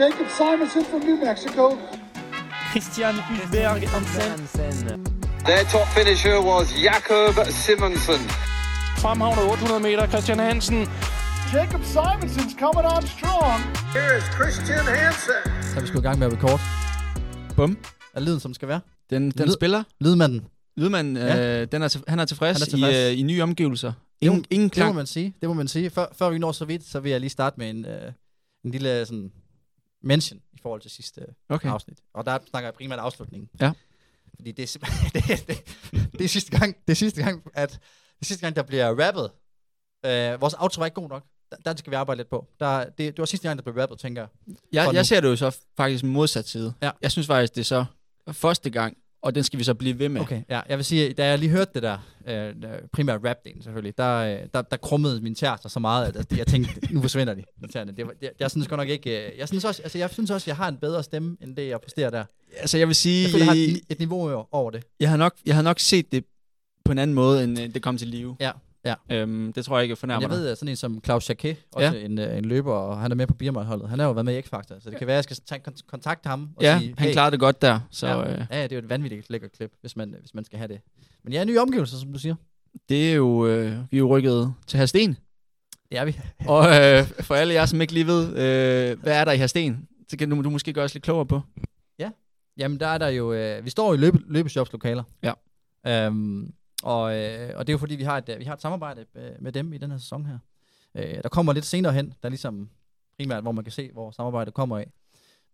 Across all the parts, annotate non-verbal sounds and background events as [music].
Jacob Simonson from New Mexico. Christian Hulberg Hansen. Their top finisher was Jakob Simonsen. Fremhavner 800 meter, Christian Hansen. Jacob Simonson's coming on strong. Here is Christian Hansen. Så er vi sgu i gang med at record. Bum. Er lyden, som skal være? Den, den Lyd- spiller. Lydmanden. Lydmanden, Ja. ja. øh, den er, til- han er tilfreds, Han er tilfreds. I, øh, i nye omgivelser. Det må- Ingen, ingen Det må klang. man sige. Det må man sige. Før, før vi når så vidt, så vil jeg lige starte med en, øh, en lille sådan, mention i forhold til sidste øh, Okay. afsnit. Og der snakker jeg primært afslutningen. Ja. Fordi det er, simpelthen- [laughs] det, er- det, det er sidste gang, det er sidste gang, at det er sidste gang, der bliver rappet. Øh, vores outro er ikke god nok. Der, der skal vi arbejde lidt på. Der, det, det var sidste gang, der blev rappet, tænker jeg. Jeg, for nu. jeg ser det jo så faktisk modsat side. Ja. Jeg synes faktisk, det er så første gang, og den skal vi så blive ved med. Okay, ja, jeg vil sige, da jeg lige hørte det der, øh, primært rap-delen selvfølgelig, der, øh, der, der krummede mine tærter så meget, at jeg tænkte, [laughs] nu forsvinder de, mine tærter. Det, var- det, jeg synes godt nok ikke, øh, jeg synes, også, altså, jeg synes også, jeg har en bedre stemme, end det, jeg præsterer der. Altså, jeg vil sige, jeg, Jeg føler, jeg har jeg, et, et niveau over- over det. jeg, har nok, jeg har nok set det på en anden måde, end øh, det kom til live. Ja, ja. Øhm, det tror jeg ikke Men fornærmer jeg ved, at sådan en som Claus Jacquet, også ja. en, øh, en løber, og han er med på Biermann-holdet, han har jo været med i X-Factor, så det kan være, at jeg skal tage kon- kontakte ham og dig. Ja, sige, han klarede det godt der, så ja, øh, ja, det er jo et vanvittigt lækkert klip, hvis man, hvis man skal have det. Men ja, nye omgivelser, som du siger. det er jo, øh, vi er jo rykket til Hersten. Det er vi. Og øh, for alle jer, som ikke lige ved, øh, hvad er der i Hersten, så kan du, du måske gøre os lidt klogere på. Jamen, der er der jo... Øh, vi står i løbe, løbeshopslokaler. Ja. Øhm, og, øh, og det er jo fordi, vi har et, øh, vi har et samarbejde øh, med dem i den her sæson her. Øh, der kommer lidt senere hen, der er ligesom primært, hvor man kan se, hvor samarbejdet kommer af.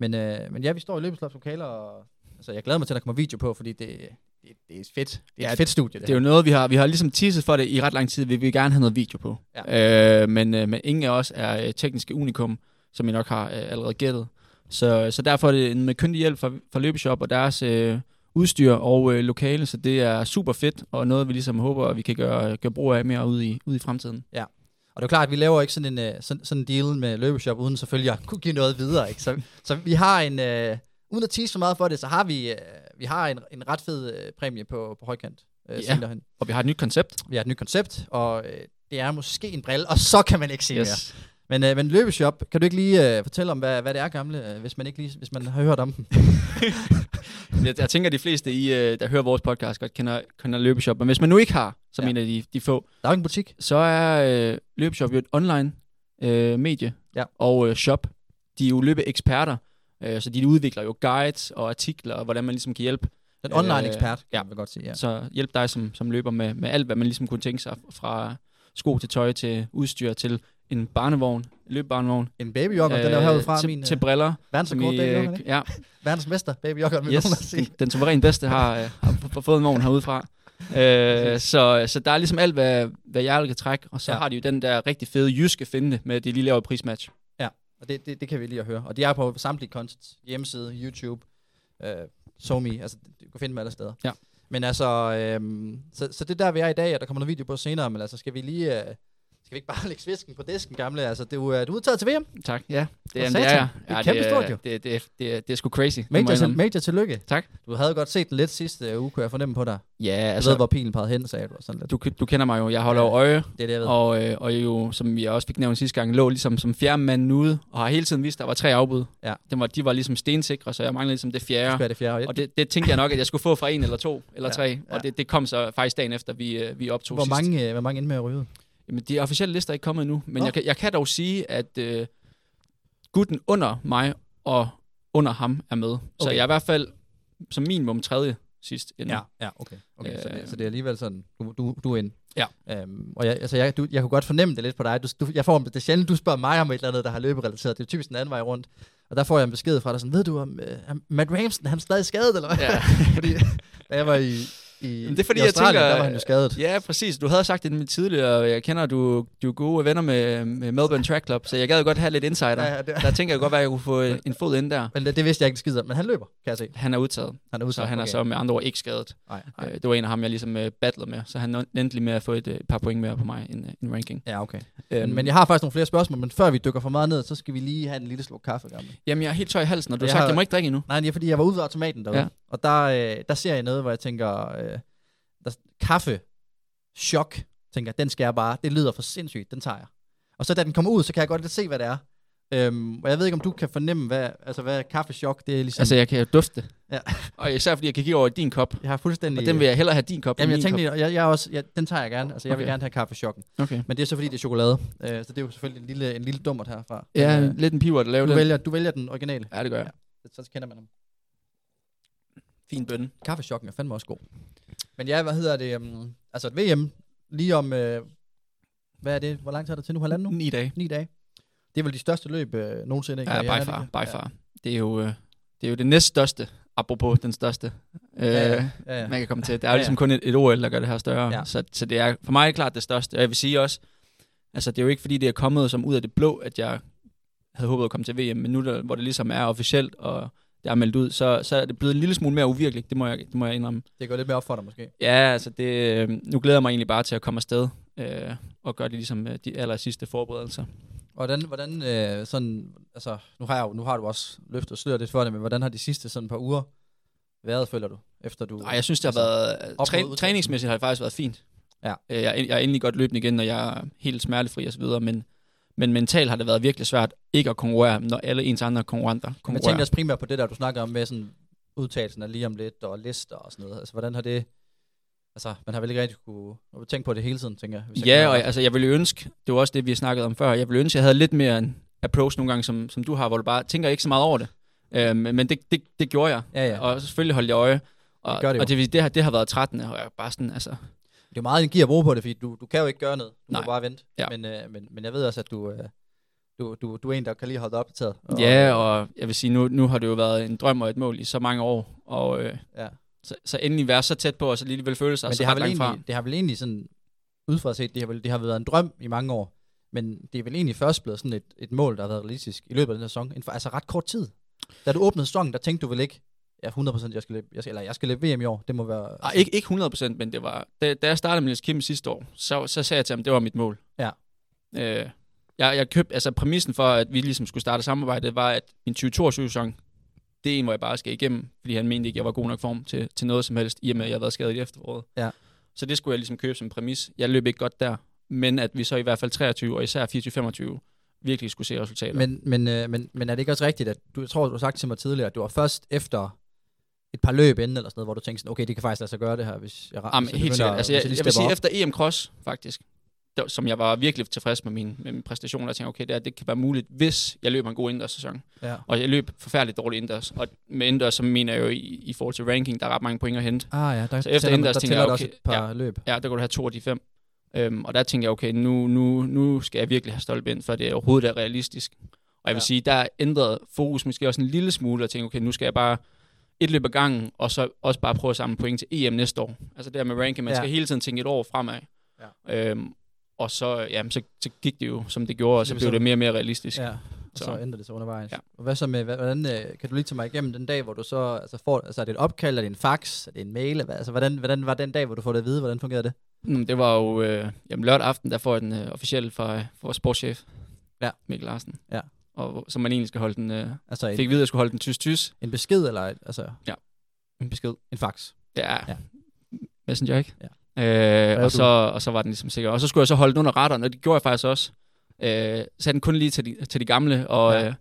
Men, øh, men ja, vi står i løbeshopslokaler, og altså, jeg glæder mig til, at der kommer video på, fordi det, det, det er fedt. Det er Ja, et fedt studie, det, Det er jo noget, vi har, vi har ligesom teaset for det i ret lang tid. Vi vil gerne have noget video på. Ja. Øh, men, øh, men ingen af os er øh, tekniske unikum, som I nok har øh, allerede gættet. Så, så derfor er det en med kyndig hjælp fra, fra Løbeshop og deres øh, udstyr og øh, lokale, så det er super fedt, og noget, vi ligesom håber, at vi kan gøre, gøre brug af mere ude i, ude i fremtiden. Og det er jo klart, at vi laver ikke sådan en, øh, sådan, sådan en deal med løbeshop, uden selvfølgelig at kunne give noget videre. Ikke? Så, så vi har en, øh, uden at tease for meget for det, så har vi, øh, vi har en, en ret fed øh, præmie på, på højkant. Øh, Ja. senere hen. Og vi har et nyt koncept. Vi har et nyt koncept, og øh, det er måske en brille, og så kan man ikke se yes. mere. Men, øh, men løbeshop, kan du ikke lige øh, fortælle om, hvad, hvad det er gamle, øh, hvis man ikke lige, hvis man har hørt om den? [laughs] Jeg, jeg tænker, at de fleste, I, øh, der hører vores podcast, godt kender, kender Løbeshop. Men hvis man nu ikke har, som Ja. ja. en af de, de få, Der er jo ikke en butik. så er øh, Løbeshop jo et online øh, medie Ja. og øh, shop. De er jo løbeeksperter, øh, så de udvikler jo guides og artikler, og hvordan man ligesom kan hjælpe, Den Øh, online ekspert, kan ja. man vel godt sige. Ja. ja. så hjælpe dig som, som løber med, med alt, hvad man ligesom kunne tænke sig, fra sko til tøj til udstyr til en barnevogn, løbebarnevogn. En babyjokker, øh, den er jo herude fra til, min til til, briller. verdensrekord, vi, øh, øh, ikke? ja, verdensmester babyjokker, vil yes. nogen yes, sige. den, den suveræn bedste har, øh, har f- f- fået en vogn herudefra. Øh, så, så der er ligesom alt, hvad, hvad jeg kan trække, og så Ja. ja. har de jo den der rigtig fede jyske finde med, at de lige laver et prismatch. Og det, det, det kan vi lige at høre. Og de er på samtlige content. Hjemmeside, YouTube, øh, SoMe. Altså, du kan finde dem alle steder. Ja. Men altså, øhm, så, så det er der, vi er i dag, og der kommer noget video på senere, men altså, skal vi lige... Øh, skal vi ikke bare [laughs] lægge svisken på disken, gamle? Altså, det er jo, øh, du er udtaget til VM. Tak, ja. Det, For jamen, det er satan. jeg. Det er ja, kæmpestort, jo. det, det, det, det, det er sgu crazy. det må jeg Major, til, indrømme. major tillykke. Tak. Du havde godt set den lidt sidste øh, uge, kunne jeg fornemme på dig. Ja, Jeg ved, altså, hvor pilen pegede hen, sagde du. og Sådan lidt. du, du kender mig jo. Jeg holder jo øje, Det er det, jeg ved. og, øh, og jo, som vi også fik nævnt sidste gang, lå ligesom som fjerde mand ude, og har hele tiden vist, at der var tre afbud. Ja. Den var, de var ligesom stensikre, så jeg manglede ligesom det Det fjerde. skulle være det fjerde. Og det, det tænkte jeg nok, at jeg skulle få fra en eller to, eller Ja, ja, tre. ja. Og det, det kom så faktisk dagen efter, vi, øh, vi optog hvor, sidst. mange, øh, hvor mange endte med at ryge? ud? Jamen, de officielle lister er ikke kommet endnu. Men Nå. jeg kan, jeg kan dog sige, at øh, gutten under mig og under ham er med. Okay. Så Okay. jeg er i hvert fald som minimum tredje sidst endnu. ja, okay. okay øh, så, det, Øh, så det er alligevel sådan, du, du, du er inde. Ja. Øhm, og jeg, altså, jeg, du, jeg kunne godt fornemme det lidt på dig. Du, du, jeg får, det er sjældent, du spørger mig om et eller andet, der har løberelateret. Det er typisk den anden vej rundt. Og der får jeg en besked fra dig sådan, ved du om øh, om Matt Ramsen, han er stadig skadet, eller hvad? Ja. [laughs] fordi, da jeg var i, i, Jamen, det er fordi, i jeg Australien, tænker, øh, der var han jo skadet. Ja, præcis. Du havde sagt det nemlig tidligere, og jeg kender, at du, du er gode venner med, med Melbourne Track Club, så jeg gad godt have lidt insider. Ja, ja, det- Der tænker jeg godt, at jeg kunne [laughs] få øh, en fod ind der. Men det, det vidste jeg ikke en skid om, men han løber, kan jeg se. Han er udtaget, Han er udsat. så han er okay. så med andre ord ikke skadet. Nej, nej. Øh, det var en af ham, jeg ligesom øh, battlede med, så han endte lige med at få et, øh, et par point mere på mig end øh, en ranking. Ja, okay. Øhm, Men, men jeg har faktisk nogle flere spørgsmål, men før vi dykker for meget ned, så skal vi lige have en lille sluk kaffe, gamle. Jamen, jeg er helt tøj i halsen, og du Jeg har sagt, har- at jeg må ikke drikke endnu. Nej, det er fordi, jeg var ude ved automaten derude. Ja. Ja. Og der, øh, der ser jeg noget, hvor jeg tænker, øh, der, kaffe, chok, tænker, den skal jeg bare, det lyder for sindssygt, den tager jeg. Og så da den kommer ud, så kan jeg godt lidt se, hvad det er. Øhm, og jeg ved ikke, om du kan fornemme, hvad, altså, hvad kaffechok det er ligesom. Altså, jeg kan jo dufte. Ja. [laughs] og især fordi jeg kan give over i din kop. jeg har fuldstændig... Og den vil jeg hellere have din kop Jamen, end jeg min tænkte, lige- jeg, jeg er også, jeg, den tager jeg gerne. Altså, jeg okay. vil Okay. gerne have kaffechokken. kop. Okay. Men det er så fordi, det er chokolade. Øh, så det er jo selvfølgelig en lille, en lille dummert herfra. Ja, Men, øh, lidt en piver, der laver du, den. vælger, du vælger den originale. Ja, det gør jeg. Så, så kender man ham. Fin bønne. Kaffechokken er fandme også god. Men ja, hvad hedder det? Um, altså et VM, lige om, øh, hvad er det? Hvor lang tid er der til nu? Halvanden nu? Ni dage. Ni dage. Det er vel de største løb øh, nogensinde i Ja, karrieren, er by det far, ikke? by far. Det er jo, øh, det er jo det næststørste, apropos den største, øh, Ja, ja, ja, ja. man kan komme til. Der er Ja, jo ja. ligesom kun et, et OL, der gør det her større. Ja. Ja. Så, så det er for mig klart det største. Og jeg vil sige også, altså det er jo ikke fordi, det er kommet som ud af det blå, at jeg havde håbet at komme til VM, men nu der, hvor det ligesom er officielt, og det er meldt ud, så, så er det blevet en lille smule mere uvirkeligt, det må jeg, det må jeg indrømme. Det går lidt mere op for dig måske. Ja, altså det, øh, nu glæder jeg mig egentlig bare til at komme afsted øh, og gøre det ligesom øh, de aller sidste forberedelser. Hvordan, hvordan øh, sådan, altså, nu har, jeg jo, nu har du også løftet og sløret lidt for det, men hvordan har de sidste sådan par uger været, føler du? Efter du... Nej, jeg synes, det har altså, været... øh, mod Træ, udtalelsen. træningsmæssigt har det faktisk været fint. Ja. Øh, Jeg, er- jeg er endelig godt løbende igen, og jeg er helt smertefri og så videre, men, men mentalt har det været virkelig svært ikke at konkurrere, når alle ens andre konkurrenter Jeg konkurrerer. tænker også primært på det der, du snakker om med sådan udtalelsen af lige om lidt og lister og sådan noget. Altså, hvordan har det... Altså, man har vel ikke rigtig kunne tænke på det hele tiden, tænker jeg. hvis jeg ja, kan- og jeg, altså, jeg ville ønske, det var også det, vi snakkede om før, jeg ville ønske, jeg havde lidt mere en approach nogle gange, som, som du har, hvor du bare tænker ikke så meget over det. Øh, men men det, det, det gjorde jeg, Ja, ja. og selvfølgelig holdt jeg øje. Og Det gør det jo. og det, vil sige, det, har, det har været trættende, og jeg er bare sådan, altså, Det er jo meget energi at bruge på det, fordi du, du kan jo ikke gøre noget. Du Nej. må bare vente. Ja. Men, øh, men, men jeg ved også, at du, øh, du, du, du er en, der kan lige holde dig opdateret. Ja, og jeg vil sige, nu, nu har det jo været en drøm og et mål i så mange år, og øh, Ja. ja. så, så endelig være så tæt på, og så lige vil føle sig men så det har, ret vel langt fra. egentlig, det har vel egentlig sådan, udefra set, det har, vel, det har været en drøm i mange år. Men det er vel egentlig først blevet sådan et, et mål, der har været realistisk i løbet af den her sæson. inden for- Altså ret kort tid. Da du åbnede sæsonen, der tænkte du vel ikke, ja, 100% jeg skal løbe, jeg skal, eller jeg skal løbe VM i år. Det må være... Ej, ikke, ikke 100%, men det var, da, da jeg startede med Niels Kim sidste år, så, så sagde jeg til ham, det var mit mål. Ja. Øh, jeg, jeg købte, altså præmissen for, at vi ligesom skulle starte samarbejdet, var, at min 2022-sæson, det er en, hvor jeg bare skal igennem, fordi han mente ikke, jeg var god nok form til, til noget som helst, i og med, at jeg havde været skadet i efteråret. Ja. Så det skulle jeg ligesom købe som præmis. Jeg løb ikke godt der, men at vi så i hvert fald 23 og især 24-25 virkelig skulle se resultater. Men, men, øh, men, men er det ikke også rigtigt, at du, jeg tror, du har sagt til mig tidligere, at du var først efter et par løb inden, eller sådan noget, hvor du tænkte sådan, okay, det kan faktisk lade sig gøre det her, hvis jeg Jamen, hvis jeg helt begynder- sikkert. Altså, hvis jeg, jeg, lige vil sige, stepper op." efter EM Cross, faktisk, der, som jeg var virkelig tilfreds med min, med min præstation, og tænkte, okay, det, her, det kan være muligt, hvis jeg løber en god indendørssæson. Ja. Og jeg løb forfærdeligt dårligt indendørs. Og med indendørs, så mener jeg jo i, i forhold til ranking, der er ret mange point at hente. Ah ja, der, Så efter tæller man- indendørs der tænker tæller jeg, der også okay, et par løb. Ja, der kunne du have to af de fem. Øhm, og der tænkte jeg, okay, nu, nu, nu skal jeg virkelig have stolpe ind, for det er overhovedet er realistisk. Og jeg vil Ja. sige, der ændrede fokus måske også en lille smule, og tænkte, okay, nu skal jeg bare et løb ad gangen, og så også bare prøve at samle point til EM næste år. Altså det her med ranking, man Ja. ja. skal hele tiden tænke et år fremad. Ja. Øhm, og så, jamen, så, så gik det jo, som det gjorde, og Så så det blev sådan- det mere og mere realistisk. Ja, og så Så- ændrer det sig undervejs. Ja. Ja. Og hvad så med, hva- hvordan, øh, kan du lige tage mig igennem den dag, hvor du så, altså, får, altså er det et opkald, er det en fax, er det en mail, Hvad- altså hvordan, hvordan var den dag, hvor du får det at vide, hvordan fungerede det? Mm, Det var jo øh, jamen, lørdag aften, der får jeg den øh, officielle fra, øh, fra vores sportschef, Ja. Mikkel Larsen. Ja. Og, hvor- som man egentlig skal holde den, øh, Altså en, fik at vide, at jeg skulle holde den tysk-tysk. en besked eller et, altså, En besked. en fax? Ja. Ja. ja. Messenger, ikke? Ja. Øh, er og, så, og så var den ligesom sikker. Og så skulle jeg så holde den under radaren, og det gjorde jeg faktisk også. Øh, satte den kun lige til de, til de gamle og Ja. ja. øh,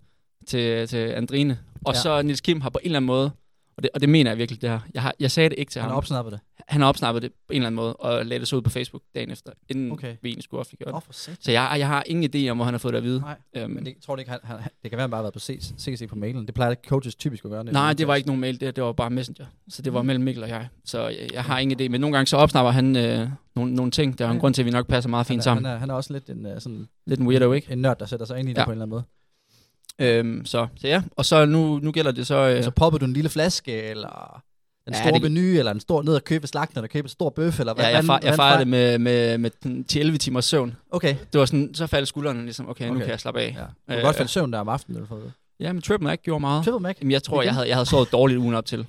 til, til Andrine. Og Ja. ja. så Nils Kim har på en eller anden måde, og det, og det mener jeg virkelig det her, jeg, har, jeg sagde det ikke til Han ham. opsnappede det. han har opsnappet det på en eller anden måde, og lagde det så ud på Facebook dagen efter, inden Okay. okay. vi egentlig skulle offentliggøre det. Åh, for satan. Så jeg, jeg har ingen idé om, hvor han har fået det at vide. Nej, Øhm, men men det, det, tror du ikke, han, han, det kan være, han bare har været på CC, CC E på mailen. Det plejer coaches typisk at gøre. når de nej, udtaler det var ikke nogen mail, det, det var bare Messenger. Så Mhm. det var mellem Mikkel og jeg. Så jeg, jeg har ingen idé, men nogle gange så opsnapper han øh, nogle, nogle ting. Der er jo Ja. en grund til, at vi nok passer meget Han fint er- sammen. Han er, han er også lidt en, øh, sådan, Lidt en weirdo, ikke? en nørd, der sætter sig ind i det ja. Ja. på en eller anden måde. Øhm, så, så ja, og så nu, nu gælder det så... Ja. Øh, Så popper du en lille flaske, eller en Ja, stor det- menu, eller en stor ned og købe slagteren og købe en stor bøf, eller hvad? ja, jeg, hvad- far, jeg hvad- fejrede det med, med, med den 10-11 timers søvn. Okay, Det var sådan, så faldt skuldrene ligesom, okay, okay. nu Okay. kan jeg slappe af. [laughs] ja. Ja, Du kan Øh, godt falde i søvn der om aftenen, eller hvad? men Triple Mac gjorde meget. Triple Mac? Jamen, jeg tror, Igen? jeg havde, jeg havde sovet dårligt ugen op til.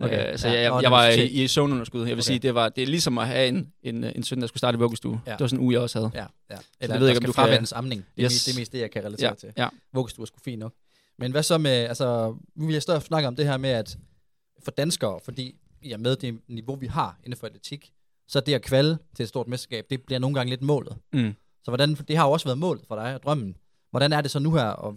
Okay. Okay. Øh, så Ja, ja. jeg, nå, jeg, det jeg var var så i, sent. i søvnunderskud. Jeg vil Okay. sige, det, var, det er ligesom at have en, en, øh, en søn, der skulle starte i vuggestue. Ja. Ja. Det var sådan en uge, jeg også havde. Ja, ja. jeg Eller ved ved ikke, ikke, om skal du kan- fravende amning. Det er, Yes. mest, det er mest det, jeg kan relatere Ja, til. ja. Vuggestuer er sgu fint nok. Men hvad så med, altså, nu vil jeg stadig snakke om det her med, at for danskere, fordi i og med det niveau, vi har inden for atletik, så det at kvalde til et stort mesterskab, det bliver nogle gange lidt målet. Mm. Så hvordan, det har jo også været målet for dig og drømmen. Hvordan er det så nu her, og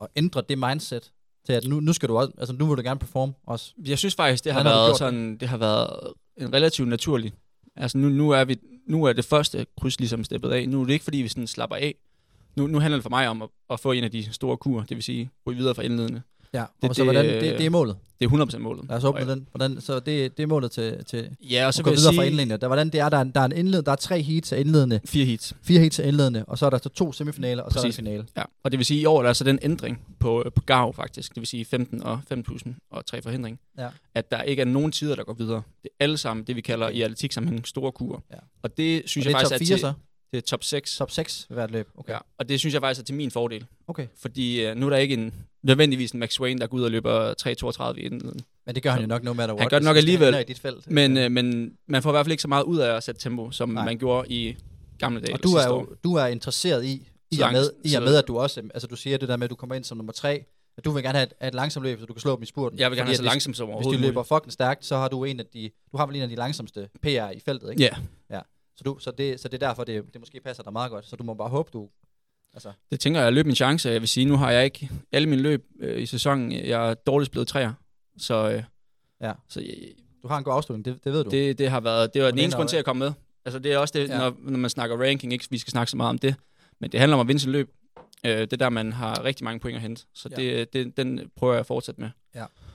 at ændre det mindset til, at nu, nu skal du også, altså nu vil du gerne performe også. Jeg synes faktisk, det har, Hvordan har du været gjort sådan, det har været en relativt naturlig. Altså nu, nu, er vi, nu er det første kryds ligesom steppet af. Nu er det ikke, fordi vi sådan slapper af. Nu, nu handler det for mig om at, at få en af de store kur, det vil sige, ryge videre fra indledende. Ja, og Det- det, så hvordan, det- det, det, er målet. Det er 100% målet. Lad os åbne den. Hvordan, så det, det er målet til, til Ja, og så så at gå vil jeg videre sige... fra sige indledende. Der, hvordan det er, der er, en- der er en indledende, der er tre heats til indledende, fire hits. fire heats til indledende, og så er der så to semifinaler, og så er der en Præcis. finale. Ja. Og det vil sige, i år er der så den ændring på, øh, på GAV faktisk, det vil sige 15 og 5.000 og tre forhindring, Ja. at der ikke er nogen tider, der går videre. Det er alle sammen det, vi kalder i atletik sammenhæng store kurer. Ja. Og det synes og jeg det er faktisk top er 4 til, så? det er top 6. Top 6 ved hvert løb? Okay. Ja. Og det synes jeg faktisk er til min fordel. okay. Fordi øh, nu er der ikke en, nødvendigvis en Max Wayne, der går ud og løber 3.32 i indledningen. Men det gør han jo nok no matter what. gør det nok hvis han alligevel. ender I dit felt. Men, øh, men man får i hvert fald ikke så meget ud af at sætte tempo, som Nej. Nej. man gjorde i gamle dage. og eller du er sidste år. jo du er interesseret i, i og, Langs- med, i og så- med, at du også, øhm, altså du siger det der med, at du kommer ind som nummer 3, at du vil gerne have et, have et langsomt løb, så du kan slå dem i spurten. Jeg vil gerne Fordi have at så hvis- langsomt som Hvis overhovedet du løber fucking stærkt, så har du en af de, du har vel en af de langsomste PR i feltet, ikke? muligt. Ja, Så, du, så, det, så det er derfor, det, det måske passer dig meget godt. Så du må bare håbe, du... Altså, det tænker jeg, at løbe min chance. Jeg vil sige, nu har jeg ikke alle mine løb øh, i sæsonen. Jeg er dårligst blevet træer. Så, øh, Ja. så øh, du har en god afslutning, det, det ved du. det, det har været det var den det eneste er grund noget- til at komme med. Altså det er også det, Ja. ja. når, når man snakker ranking, ikke, vi skal snakke så meget om det. Men det handler om at vinde sit løb. Øh, det er der, man har rigtig mange point at hente. Så Ja. ja. det, det, den prøver jeg at fortsætte med.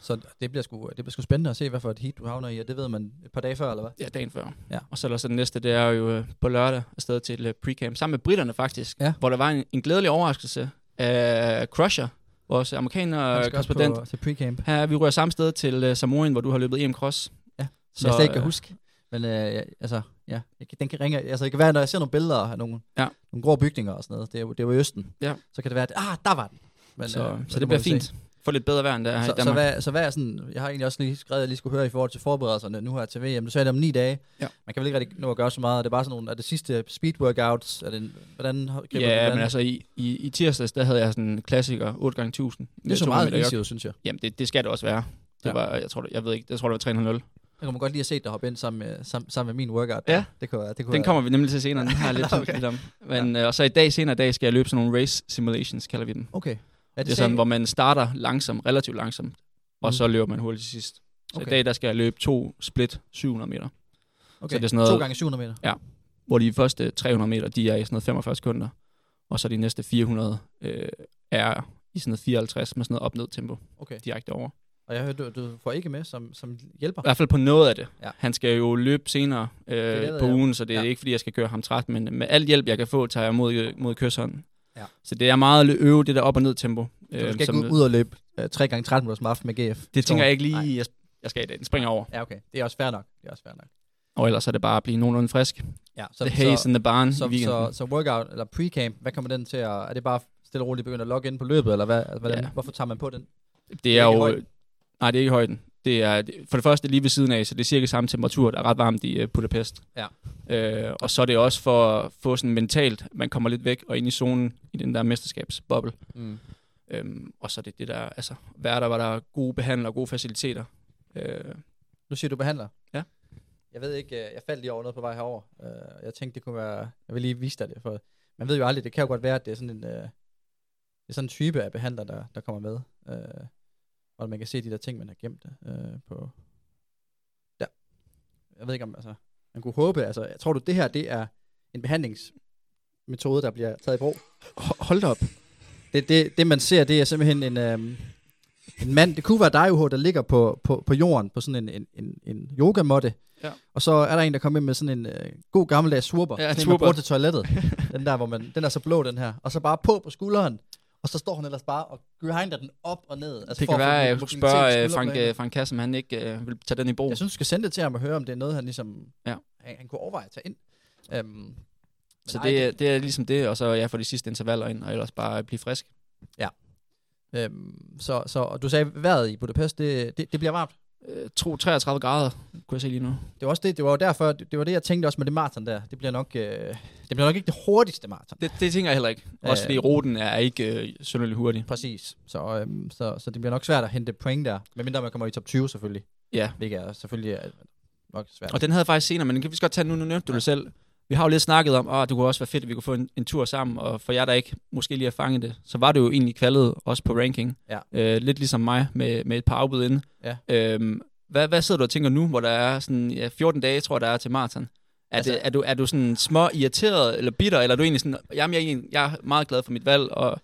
Så det bliver, sgu, det bliver sgu spændende at se, hvad for et heat du havner i, og det ved man et par dage før, eller hvad? Ja, dagen før. Ja. Og så er der så den næste, det er jo øh, på lørdag afsted til øh, pre-camp, sammen med britterne faktisk, Ja. hvor der var en, en glædelig overraskelse af Crusher, vores Han amerikaner skal også Øh, korrespondent. på, til pre-camp. Her, vi rører samme sted til øh, Samoen, hvor du har løbet EM Cross. Ja, Så, jeg slet ikke kan øh, huske. Men øh, jeg, altså, ja, jeg, kan- den kan ringe. Altså, det kan være, når jeg ser nogle billeder af nogle, Ja. nogle grå bygninger og sådan noget. Det er jo, det er jo i Østen. Ja. Så kan det være, at ah, der var den. Men, så, men så det må bliver vi se. fint. Få lidt bedre vejr end der er her Så, Øh, i så, Danmark. hvad, så hvad er sådan, jeg har egentlig også lige skrevet, at jeg lige skulle høre i forhold til forberedelserne nu her til VM. Du sagde det om ni dage. Ja. Man kan vel ikke rigtig nå at gøre så meget. Er det bare sådan nogle, er det sidste speed workouts? Er det, en- hvordan har- griber ja, du men altså i, i, i tirsdags, der havde jeg sådan en klassiker 8x1000. det er så meget easy, ud, synes jeg. Jamen, det, det skal det også være. Det Ja. ja. var, jeg tror, det, jeg ved ikke, jeg tror, det var 300. Jeg kunne man godt lige have set dig hoppe ind sammen med, sammen, sammen med min workout. Ja. Det kunne, være- det kunne Den være- kommer vi nemlig til senere. Den har jeg [laughs] lidt Okay. okay. lidt om. Men, øh, og så i dag, senere i dag, skal jeg løbe sådan nogle race simulations, kalder vi dem. Okay. Er Ja, det, det er sådan, sag- hvor man starter langsomt, relativt langsomt, og Mm. så løber man hurtigt til sidst. Så Okay. i dag, der skal jeg løbe to split 700 meter, okay. så det er sådan noget- To gange 700 meter. hvor de første 300 meter, de er i sådan noget 45 sekunder, og så de næste 400 øh, er i sådan noget 54 med sådan noget op-ned tempo Okay. direkte over. Og jeg hørte, du, du får ikke med som, som hjælper. I hvert fald på noget af det. Ja. Ja. Han skal jo løbe senere det, øh, ved på jeg. ugen, så det er Ja. ja. ikke, fordi jeg skal køre ham træt, men med al hjælp, jeg kan få, tager jeg mod, mod kysshånden. Ja. Så det er meget at øve det der op- og ned-tempo. øh, Så du skal ikke ud, ud og løbe øh, 3 gange 13 minutter som aften med GF. det tænker jeg ikke lige, Nej. jeg, jeg skal i dag. Den springer over. Ja, okay. Det er også fair nok. Det er også fair nok. Og ellers er det bare at blive nogenlunde frisk. Ja, så, Så, the haze in the barn så, Mhm, i weekenden. så, så, workout eller pre-camp, hvad kommer den til at... Er det bare stille og roligt begynde at logge ind på løbet, eller hvad, altså, hvordan, Ja. hvorfor tager man på den? det er ikke i jo... højden. Nej, det er ikke i højden. Det er det- for det første lige ved siden af, så det er cirka samme temperatur, der er ret varmt i øh, Budapest. Ja. Øh, og så er det også for at få sådan mentalt, man kommer lidt væk og ind i zonen i den der mesterskabsboble. Mm. Øhm, og så er det det der, altså, hvad der, hvor der er gode behandlere og gode faciliteter. Øh, Nu siger du behandler. Ja. Jeg ved ikke, øh, jeg faldt lige over noget på vej herover. Øh, Jeg tænkte, det kunne være... Jeg vil lige vise dig det, for man ved jo aldrig, det kan jo godt være, at det er sådan en, øh, det er sådan en type af behandler, der, der kommer med. Øh, Og man kan se de der ting, man har gemt øh, på... Der. Jeg ved ikke om, altså... Man kunne håbe, altså... Jeg tror du, det her, det er en behandlingsmetode, der bliver taget i brug? ho- hold da op. Det, det, det man ser, det er simpelthen en, øhm, en mand, det kunne være dig, UH, der ligger på, på, på jorden på sådan en, en, en, en yogamåtte. Ja. Og så er der en, der kommer ind med sådan en øh, god gammeldags surber, Ja, en sådan en, man surber. bruger til toilettet. den der, hvor man, den er så blå, den her. Og så bare på på skulderen, og så står han ellers bare og grinder den op og ned. Altså Altså, det for kan at få være, at jeg skulle mobilitet i spørge øh, skulderpladen. Frank, øh, Frank Kass, om han ikke øh, vil tage den i brug. Jeg synes, du skal sende det til ham og høre, om det er noget, han ligesom, Ja. han, han kunne overveje at tage ind. Øhm, så men nej, det, er- det er ligesom det, og så jeg får de sidste intervaller ind, og ellers bare blive frisk. Øhm, så, så, og du sagde, vejret i Budapest, det, det, det bliver varmt. Øh, 2, 33 grader, kunne jeg se lige nu. Det var også det, det var jo derfor, det, det var det, jeg tænkte også med det maraton der. Det bliver nok, øh, det bliver nok ikke det hurtigste maraton. Det, det tænker jeg heller ikke. Også Øh. fordi ruten er ikke øh, synderligt hurtig. Præcis. Så, øhm, så, så det bliver nok svært at hente point der, medmindre man kommer i top 20 selvfølgelig, Ja. hvilket er selvfølgelig er nok svært. Og den havde jeg faktisk senere, men den kan vi så godt tage nu, nu nævnte du det selv. vi har jo lidt snakket om, at det kunne også være fedt, at vi kunne få en, en tur sammen, og for jer, der ikke måske lige har fanget det, så var det jo egentlig kvalet også på ranking. Ja. Øh, lidt ligesom mig med, med et par afbud inde. Ja. Øhm, hvad, hvad sidder du og tænker nu, hvor der er sådan ja, 14 dage, tror jeg, der er til maraton? Er, altså, Altså- det, er, du, er du sådan små irriteret eller bitter, eller er du egentlig sådan, jamen jeg er, egentlig, jeg er meget glad for mit valg, og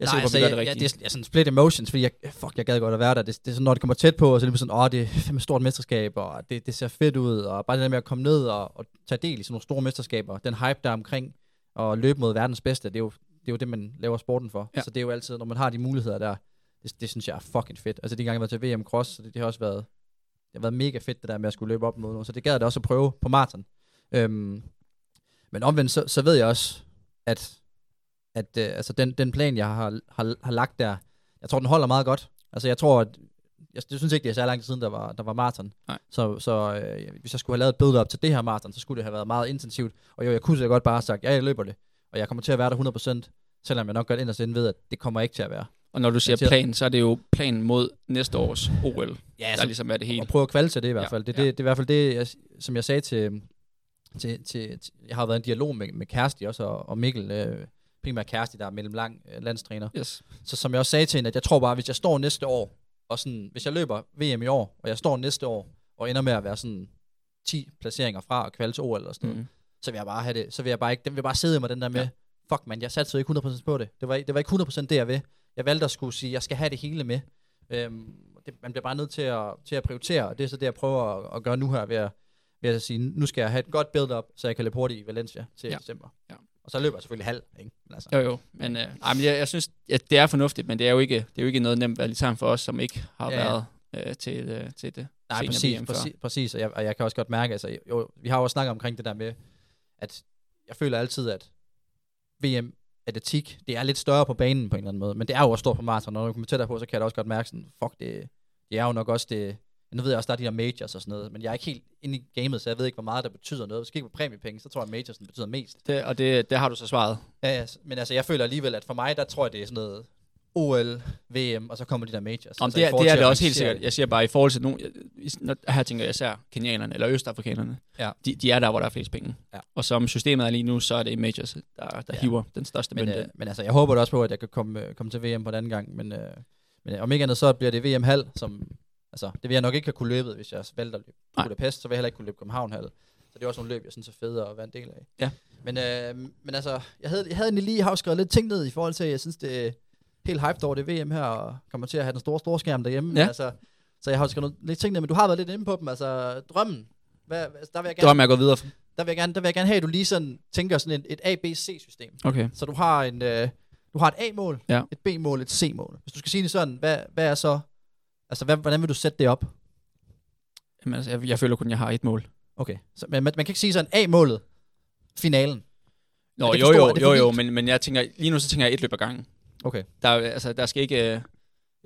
jeg ser, Nej, på, altså, vi gør det jeg, jeg, rigtigt. det er, sådan- jeg er sådan split emotions, fordi jeg, fuck, jeg gad godt at være der. Det, det er sådan, når det kommer tæt på, og så er det ligesom sådan, åh, det er fandme et stort mesterskab, og det, det ser fedt ud, og bare det der med at komme ned og, og tage del i sådan nogle store mesterskaber, den hype, der er omkring, og løbe mod verdens bedste, det er jo det, er jo det man laver sporten for. Ja. Ja. Så det er jo altid, når man har de muligheder der, det, det synes jeg er fucking fedt. Altså, de gange jeg har været til VM Cross, så det, det har også været, det har været mega fedt, det der med at skulle løbe op mod nogen, så det gad jeg da også at prøve på maraton. Øhm, men omvendt, så, så ved jeg også, at at øh, altså den, den plan, jeg har, har, har lagt der, jeg tror, den holder meget godt. Altså, jeg tror, at jeg, jeg synes ikke, det er særlig lang tid siden, der var, der var maraton. Nej. Så, så øh, hvis jeg skulle have lavet et billede op til det her maraton, så skulle det have været meget intensivt. Og jo, jeg kunne så godt bare have sagt, ja, jeg løber det. Og jeg kommer til at være der 100%, selvom jeg nok godt inderst inde ved, at det kommer ikke til at være. Og når du siger Irriteret. plan, så er det jo plan mod næste års OL, Ja, altså- der ligesom er det hele. Og prøve at kvalde til det i hvert Ja, fald. Ja, det, ja. det, det er i hvert fald det, jeg, som jeg sagde til, til, til, til... Jeg har været i en dialog med, med Kersti også, og, og Mikkel, øh, primært Kersti, der er mellemlang øh, landstræner. Yes. Så som jeg også sagde til hende, at jeg tror bare, hvis jeg står næste år, og sådan, hvis jeg løber VM i år, og jeg står næste år, og ender med at være sådan 10 placeringer fra og kvalde til OL eller sådan noget, Mm. så vil jeg bare have det, så vil jeg bare ikke, den vil bare sidde i mig den der med, Ja. ja. fuck man, jeg satte ikke 100% på det. Det var, ikke- det var ikke 100% det, jeg ved. Jeg valgte at skulle sige, jeg skal have det hele med. Øhm, det, man bliver bare nødt til at, til at prioritere, og det er så det, jeg prøver at, at gøre nu her, ved at, ved at sige, nu skal jeg have et godt build-up, så jeg kan løbe hurtigt i Valencia til Ja. ja. december. Ja. Og så løber jeg selvfølgelig halv, ikke? Men altså, Jo, jo. Men, øh, ej, men jeg, jeg synes, at det er fornuftigt, men det er jo ikke, det er jo ikke noget nemt valgtegn for os, som ikke har ja. Ja, ja. været øh, til, øh, til det. Nej, senere præcis, VM før. præcis, præcis. Og jeg, og jeg kan også godt mærke, altså, jo, vi har jo også snakket omkring det der med, at jeg føler altid, at VM atletik, det er lidt større på banen på en eller anden måde, men det er jo også stort på maraton, når du kommer tættere på, så kan jeg da også godt mærke sådan, fuck, det, det er jo nok også det, nu ved jeg også, der er de her majors og sådan noget, men jeg er ikke helt inde i gamet, så jeg ved ikke, hvor meget der betyder noget. Hvis jeg kigger på præmiepenge, så tror jeg, at majorsen betyder mest. Det, og det, det har du så svaret. Ja, ja, s- men altså, jeg føler alligevel, at for mig, der tror jeg, det er sådan noget OL, VM, og så kommer de der majors. Om det, altså, i er, forhold det er til det at også helt rangere sikkert. Jeg siger bare, i forhold til nogen, jeg- i- når, her tænker jeg især kenianerne eller østafrikanerne, Ja. de, de er der, hvor der er flest penge. Ja. Og som systemet er lige nu, så er det majors, der, der ja. Ja. hiver den største Men, mønt øh, ind. men altså, jeg håber da også på, at jeg kan komme, øh, komme til VM på den anden gang. Men, øh, men øh, om ikke andet, så bliver det VM halv, som... Altså, det vil jeg nok ikke have kunne løbe, hvis jeg valgte at løbe Nej. Budapest, så vil jeg heller ikke kunne løbe København halv. Så det er også nogle løb, jeg synes er federe at være en del af. Ja. Men, øh, men altså, jeg havde, jeg havde egentlig lige har skrevet lidt ting ned i forhold til, at jeg synes, det er helt hyped over det VM her, og kommer til at have den store, store skærm derhjemme. Ja. Altså, så jeg har jo skrevet noget- lidt ting ned, men du har været lidt inde på dem. Altså, drømmen. Hvad, hvad- der, vil jeg gerne, Drømmer jeg går videre. der, vil jeg gerne, der vil jeg gerne have, at du lige sådan tænker sådan et, et ABC-system. Okay. Så du har en øh, du har et A-mål, Ja. et B-mål, et C-mål. Hvis du skal sige det sådan, hvad, hvad er så altså hvad, hvordan vil du sætte det op? Jamen, altså, jeg, jeg føler kun, jeg har et mål. Okay. Så man, man, man kan ikke sige sådan A-målet finalen. Nå, Er det jo, for jo, stort? Er det jo, for jo, vildt? men, men jeg tænker, lige nu så tænker jeg et løb ad gangen. Okay. Der, er- altså, der skal ikke... øh, Jeg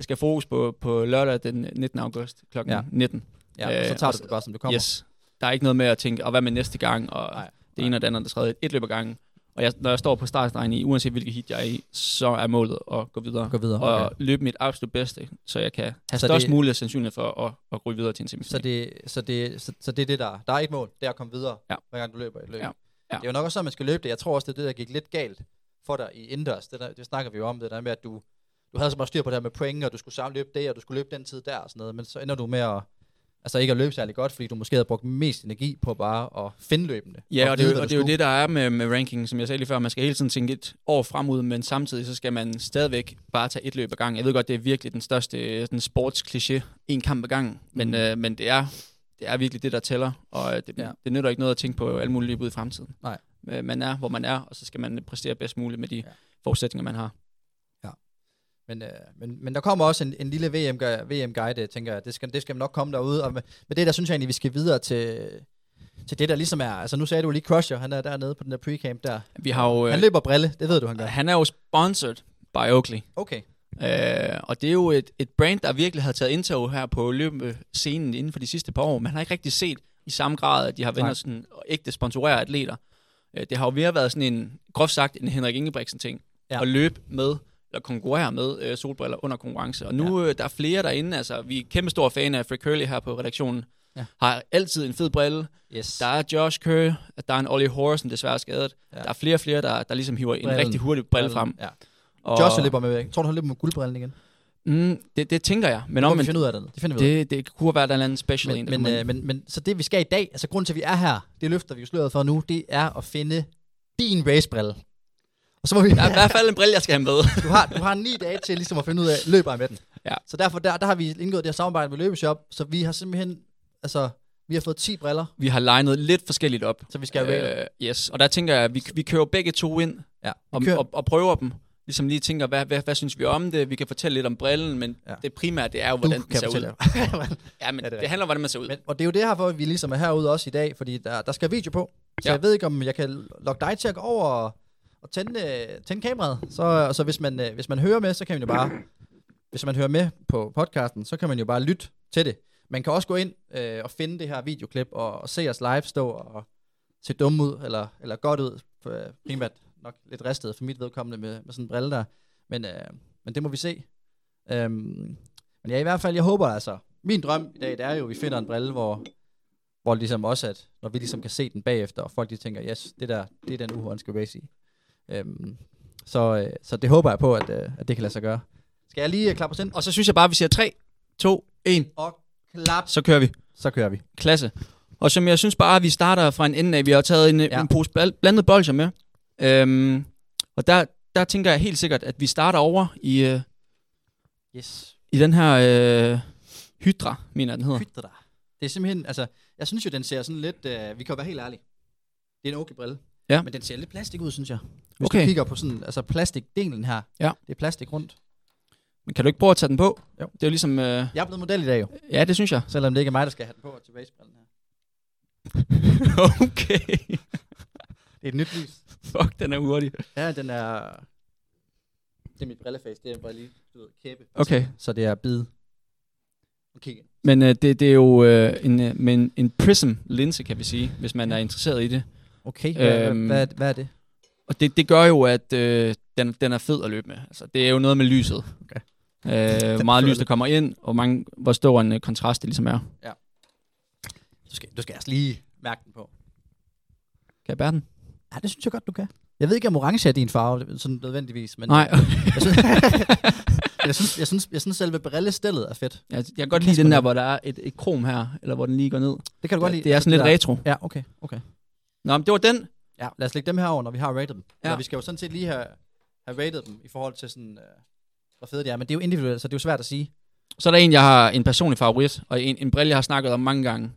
skal have fokus på, på lørdag den 19. august kl. Ja. 19. Ja, øh, Øh, og så tager og du så- det bare som det kommer. Yes. Der er ikke noget med at tænke, og hvad med næste gang, og nej, Nej, det ene og det andet, og det tredje. Et løb ad gangen. Og jeg, når jeg står på startstregen i, uanset hvilket hit jeg er i, så er målet at gå videre. Gå videre. Og Okay. løbe mit absolut bedste, så jeg kan have Så størst det- mulighed sandsynlighed for at, at ryge videre til en semifinal. Så det, så, det, så, så det er det, der Der er et mål, det er at komme videre, Ja. hver gang du løber et løb. Ja. Ja. Det er jo nok også sådan, man skal løbe det. Jeg tror også, det er det, der gik lidt galt for dig i indendørs. Det, der, det snakker vi jo om, det der med, at du, du havde så meget styr på det her med point, og du skulle sammen løbe det, og du skulle løbe den tid der og sådan noget, men så ender du med at, altså ikke at løbe særlig godt, fordi du måske havde brugt mest energi på bare at finde løbende. Ja, og det, vide, er jo- hvad og du det er jo skulle. det, der er med, med ranking, som jeg sagde lige før. Man skal hele tiden tænke et år fremud, men samtidig så skal man stadigvæk bare tage et løb ad gangen. Jeg ved godt, det er virkelig den største øh, den sportskliché, en kamp ad gangen, men, mm. øh, men det, er, det er virkelig det, der tæller, og øh, det, ja. Ja. det nytter ikke noget at tænke på alle mulige løb ud i fremtiden. Nej. Øh, Man er, hvor man er, og så skal man præstere bedst muligt med de ja. Ja. forudsætninger, man har. Men, øh, men, men der kommer også en, en lille VM-guide, VM -guide, tænker jeg. Det skal, det skal nok komme derude. Og med, med det der synes jeg egentlig, vi skal videre til, til det, der ligesom er... Altså nu sagde du lige Crusher, han er dernede på den der pre-camp der. Vi har jo, øh, Han løber brille, det ved du, han gør. han er jo sponsored by Oakley. Okay. Øh, og det er jo et, et brand, der virkelig har taget indtog her på løbescenen inden for de sidste par år. Man har ikke rigtig set i samme grad, at de har Nej. vendt sådan og ægte sponsorere atleter. Øh, det har jo mere været sådan en, groft sagt, en Henrik Ingebrigtsen-ting. Ja. Ja. At løbe med, eller konkurrere med øh, solbriller under konkurrence. Og nu ja. øh, der er flere derinde. Altså, vi er kæmpe store fan af Free Curly her på redaktionen. Ja. Har altid en fed brille. Yes. Der er Josh Kerr, der er en Ollie Horsen, desværre skadet. Ja. Ja. Der er flere og flere, der, der ligesom hiver en Brillen. rigtig hurtig brille frem. Ja. Og, Josh er løber med, ikke? Tror du, han løber med guldbrillen igen? Mm, det, det tænker jeg. Men Nå, om, vi finder ud af det. Det finder vi ud af. det, det kunne være, der er en eller anden special en, Men, der men, kommer øh, ind. men, men, så det, vi skal i dag, altså grunden til, at vi er her, det løfter vi jo sløret for nu, det er at finde din racebrille. Og så må vi... [laughs] Der er i hvert fald en brille, jeg skal have med. du, har, du har ni dage til ligesom at finde ud af, løber jeg med den? Ja. Så derfor der, der har vi indgået det her samarbejde med Løbeshop, så vi har simpelthen, altså, vi har fået 10 briller, [laughs] vi har legnet lidt forskelligt op. så vi skal have rated. Øh, yes, og der tænker jeg, at vi, vi kører begge to ind Ja, vi og, kører- og, og prøver dem. Ligesom lige tænker, hvad, hvad, hvad synes vi om det? Vi kan fortælle lidt om brillen, men Ja. ja. det primære, det er jo, du hvordan den kan ser fortælle ud. jer. Ja, men Ja, ja, det [laughs] det, er det handler om, hvordan man ser ud. Men, og det er jo det her, hvor vi ligesom er herude også i dag, fordi der, der skal video på. Så ja. Ja. jeg ved ikke, om jeg kan lokke dig til at gå over og, og tænde, øh, tænde kameraet. Så, og så hvis, man, øh, hvis man hører med, så kan man jo bare... Hvis man hører med på podcasten, så kan man jo bare lytte til det. Man kan også gå ind øh, og finde det her videoklip og, og se os live stå og se dumme ud, eller, eller godt ud. Øh, primært nok lidt ristet for mit vedkommende med, med sådan en brille der. Men, øh, men det må vi se. Øhm, men ja, i hvert fald, jeg håber altså, min drøm i dag, det er jo, at vi finder en brille, hvor, hvor ligesom også, at når vi ligesom kan se den bagefter, og folk de tænker, yes, det der, det er den uge, han skal race i. Øhm, så, øh, så det håber jeg på, at, øh, at det kan lade sig gøre. Skal jeg lige øh, klappe os ind? Og så synes jeg bare, at vi siger 3, 2, 1, Og klap, så kører vi. så kører vi. Klasse. Og som jeg synes bare, at vi starter fra en ende af, vi har taget en, Ja. ja. en pose bl- blandet bolcher med. Øhm, og der, der tænker jeg helt sikkert, at vi starter over i, øh, Yes. i den her øh, hydra, mener jeg, den hedder. Hytter dig. Det er simpelthen, altså, jeg synes jo, den ser sådan lidt, øh, vi kan jo være helt ærlige. Det er en okay brille. Ja. Men den ser lidt plastik ud, synes jeg. Hvis okay. du Okay. kigger på sådan, altså plastikdelen her. Ja. Det er plastik rundt. Men kan du ikke prøve at tage den på? Jo. Det er jo ligesom... Øh, Jeg er blevet model i dag jo. ja, det synes jeg. Selvom det ikke er mig, der skal have den på til racebrillen her. [laughs] okay. Det er et nyt lys. Fuck, den er hurtig. Ja, den er... Det er mit brilleface, det er bare lige, du ved, kæbe. Okay. Så det er bid. Okay. Men øh, det, det er jo øh, en, øh, med en, en prism-linse, kan vi sige, hvis man er interesseret i det. Okay, hvad, øhm. Øhm. hvad, hvad, er det? Og det, det gør jo, at øh, den, den er fed at løbe med. Altså, det er jo noget med lyset. Okay. Øh, er hvor meget fed at lys, løbe. der kommer ind, og mange, hvor stor en øh, kontrast det ligesom er. Du skal, du skal altså lige mærke den på. Kan jeg bære den? Ja, det synes jeg godt, du kan. Jeg ved ikke, om orange er din farve, sådan nødvendigvis, men Nej, [laughs] jeg, [laughs] synes, jeg, synes, jeg, synes, jeg synes, selve brillestellet er fedt. jeg, jeg kan godt lide den der, hvor der er et, et krom her, eller hvor den lige går ned. Det kan du godt lide. Det, det er sådan lidt der- retro. Ja, okay, okay. Nå, men det var den. Ja, lad os lægge dem her over, når vi har rated dem. Ja. Ja. Eller vi skal jo sådan set lige have, have rated dem i forhold til sådan, øh, hvor fede de er. Men det er jo individuelt, så det er jo svært at sige. Så er der en, jeg har en personlig favorit, og en, en brille, jeg har snakket om mange gange.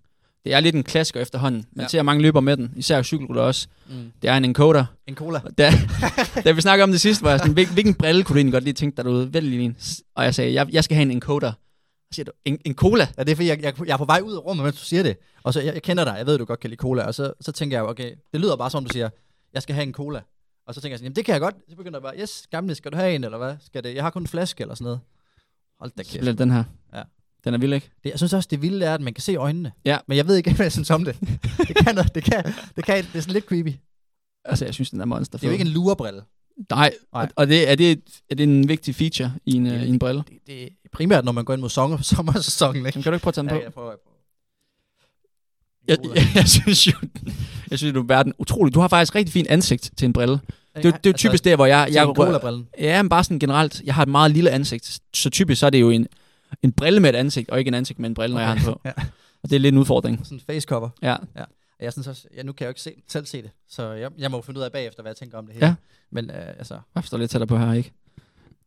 Det er lidt en klassiker efterhånden. Man Ja. ja. ser mange løber med den, især cykelrytter også. Mm. Det er en encoder. En cola. Og Da, da vi snakkede om det sidste, var jeg sådan, "Hvil- hvilken brille kunne du egentlig godt lige tænke dig derude? Vælg lige en. Og jeg sagde, jeg, jeg skal have en encoder. Så siger du, en, en cola? Ja, det er fordi, jeg, jeg, jeg er på vej ud af rummet, mens du siger det. Og så, jeg, jeg kender dig, jeg ved, du godt kan lide cola. Og så, så tænker jeg, jo, okay, det lyder bare som, du siger, jeg skal have en cola. Og så tænker jeg sådan, jamen det kan jeg godt. Så begynder jeg bare, yes, gamle, skal du have en, eller hvad? Skal det? Jeg har kun en flaske, eller sådan noget. Hold da Så kæft. bliver det den her. Ja. Den er vild, ikke? Det, jeg synes også, det vilde er, at man kan se øjnene. Ja. Men jeg ved ikke, [laughs] hvad jeg synes om det. Det kan noget, det kan, det kan, det er sådan lidt creepy. Altså, jeg synes, den er monster. Det er jo ikke en lurebrille. Nej, Nej. og, og det, er, det, et- er det en vigtig feature i en, er øh, i en brille? Det, det er primært, når man går ind mod sommer, sommersæsonen, ikke? Jamen, kan du ikke prøve at tage den på? Ja, jeg prøver, jeg prøver. Jeg, [laughs] Cola. jeg, jeg, synes jo, jeg synes, du er verden utrolig. Du har faktisk rigtig fint ansigt til en brille. Det, er jo- det er jo Altså, typisk der, hvor jeg... til jeg en colabrillen. Ja, men bare sådan generelt. Jeg har et meget lille ansigt. Så typisk så er det jo en, en brille med et ansigt, og ikke en ansigt med en brille, når jeg har den på. [laughs] Ja. Og det er lidt en udfordring. Sådan en face cover. Ja. Og Jeg synes også, ja, nu kan jeg jo ikke se, selv se det, så jeg, jeg må jo finde ud af bagefter, hvad jeg tænker om det hele. Ja. Men øh, altså, Jeg står lidt tættere på her, ikke?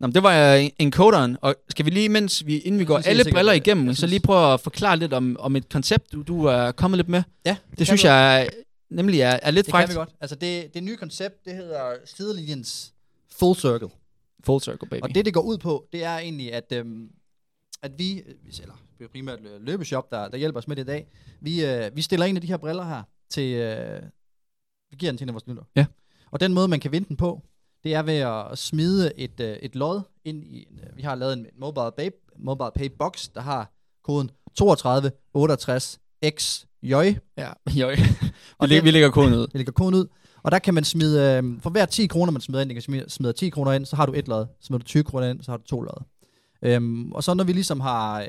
Nå, men det var øh, encoderen, og skal vi lige, mens vi, inden vi Jeg går synes helt alle sikkert, briller at- igennem, jeg så synes- lige prøve at forklare lidt om, om et koncept, du, du er kommet lidt med. ja, Det synes jeg er- nemlig er, er lidt det kan frækt. vi godt. Altså det, det nye koncept, det hedder sidelinjens full circle. Full circle, baby. Og det, det går ud på, det er egentlig, at, øhm, at vi, øh, hvis- eller det er jo primært lø- Løbeshop, der, der hjælper os med det i dag, vi, øh, vi stiller en af de her briller her til, øh, vi giver den til en af vores lytter. Ja. Og den måde, man kan vinde den på, det er ved at smide et, øh, et lod ind i, en, øh, vi har lavet en mobile pay, mobile pay box, der har koden 3268XJ, Ja, [laughs] jo. vi, lægger, Og den- vi lægger koden ud. jeg lægger koden ud. Og der kan man smide, øh, for hver 10 kroner, man smider ind, man kan smide 10 kroner ind, så har du et lod. Smider du 20 kroner ind, så har du to lod. Øhm, og så når vi ligesom har, øh,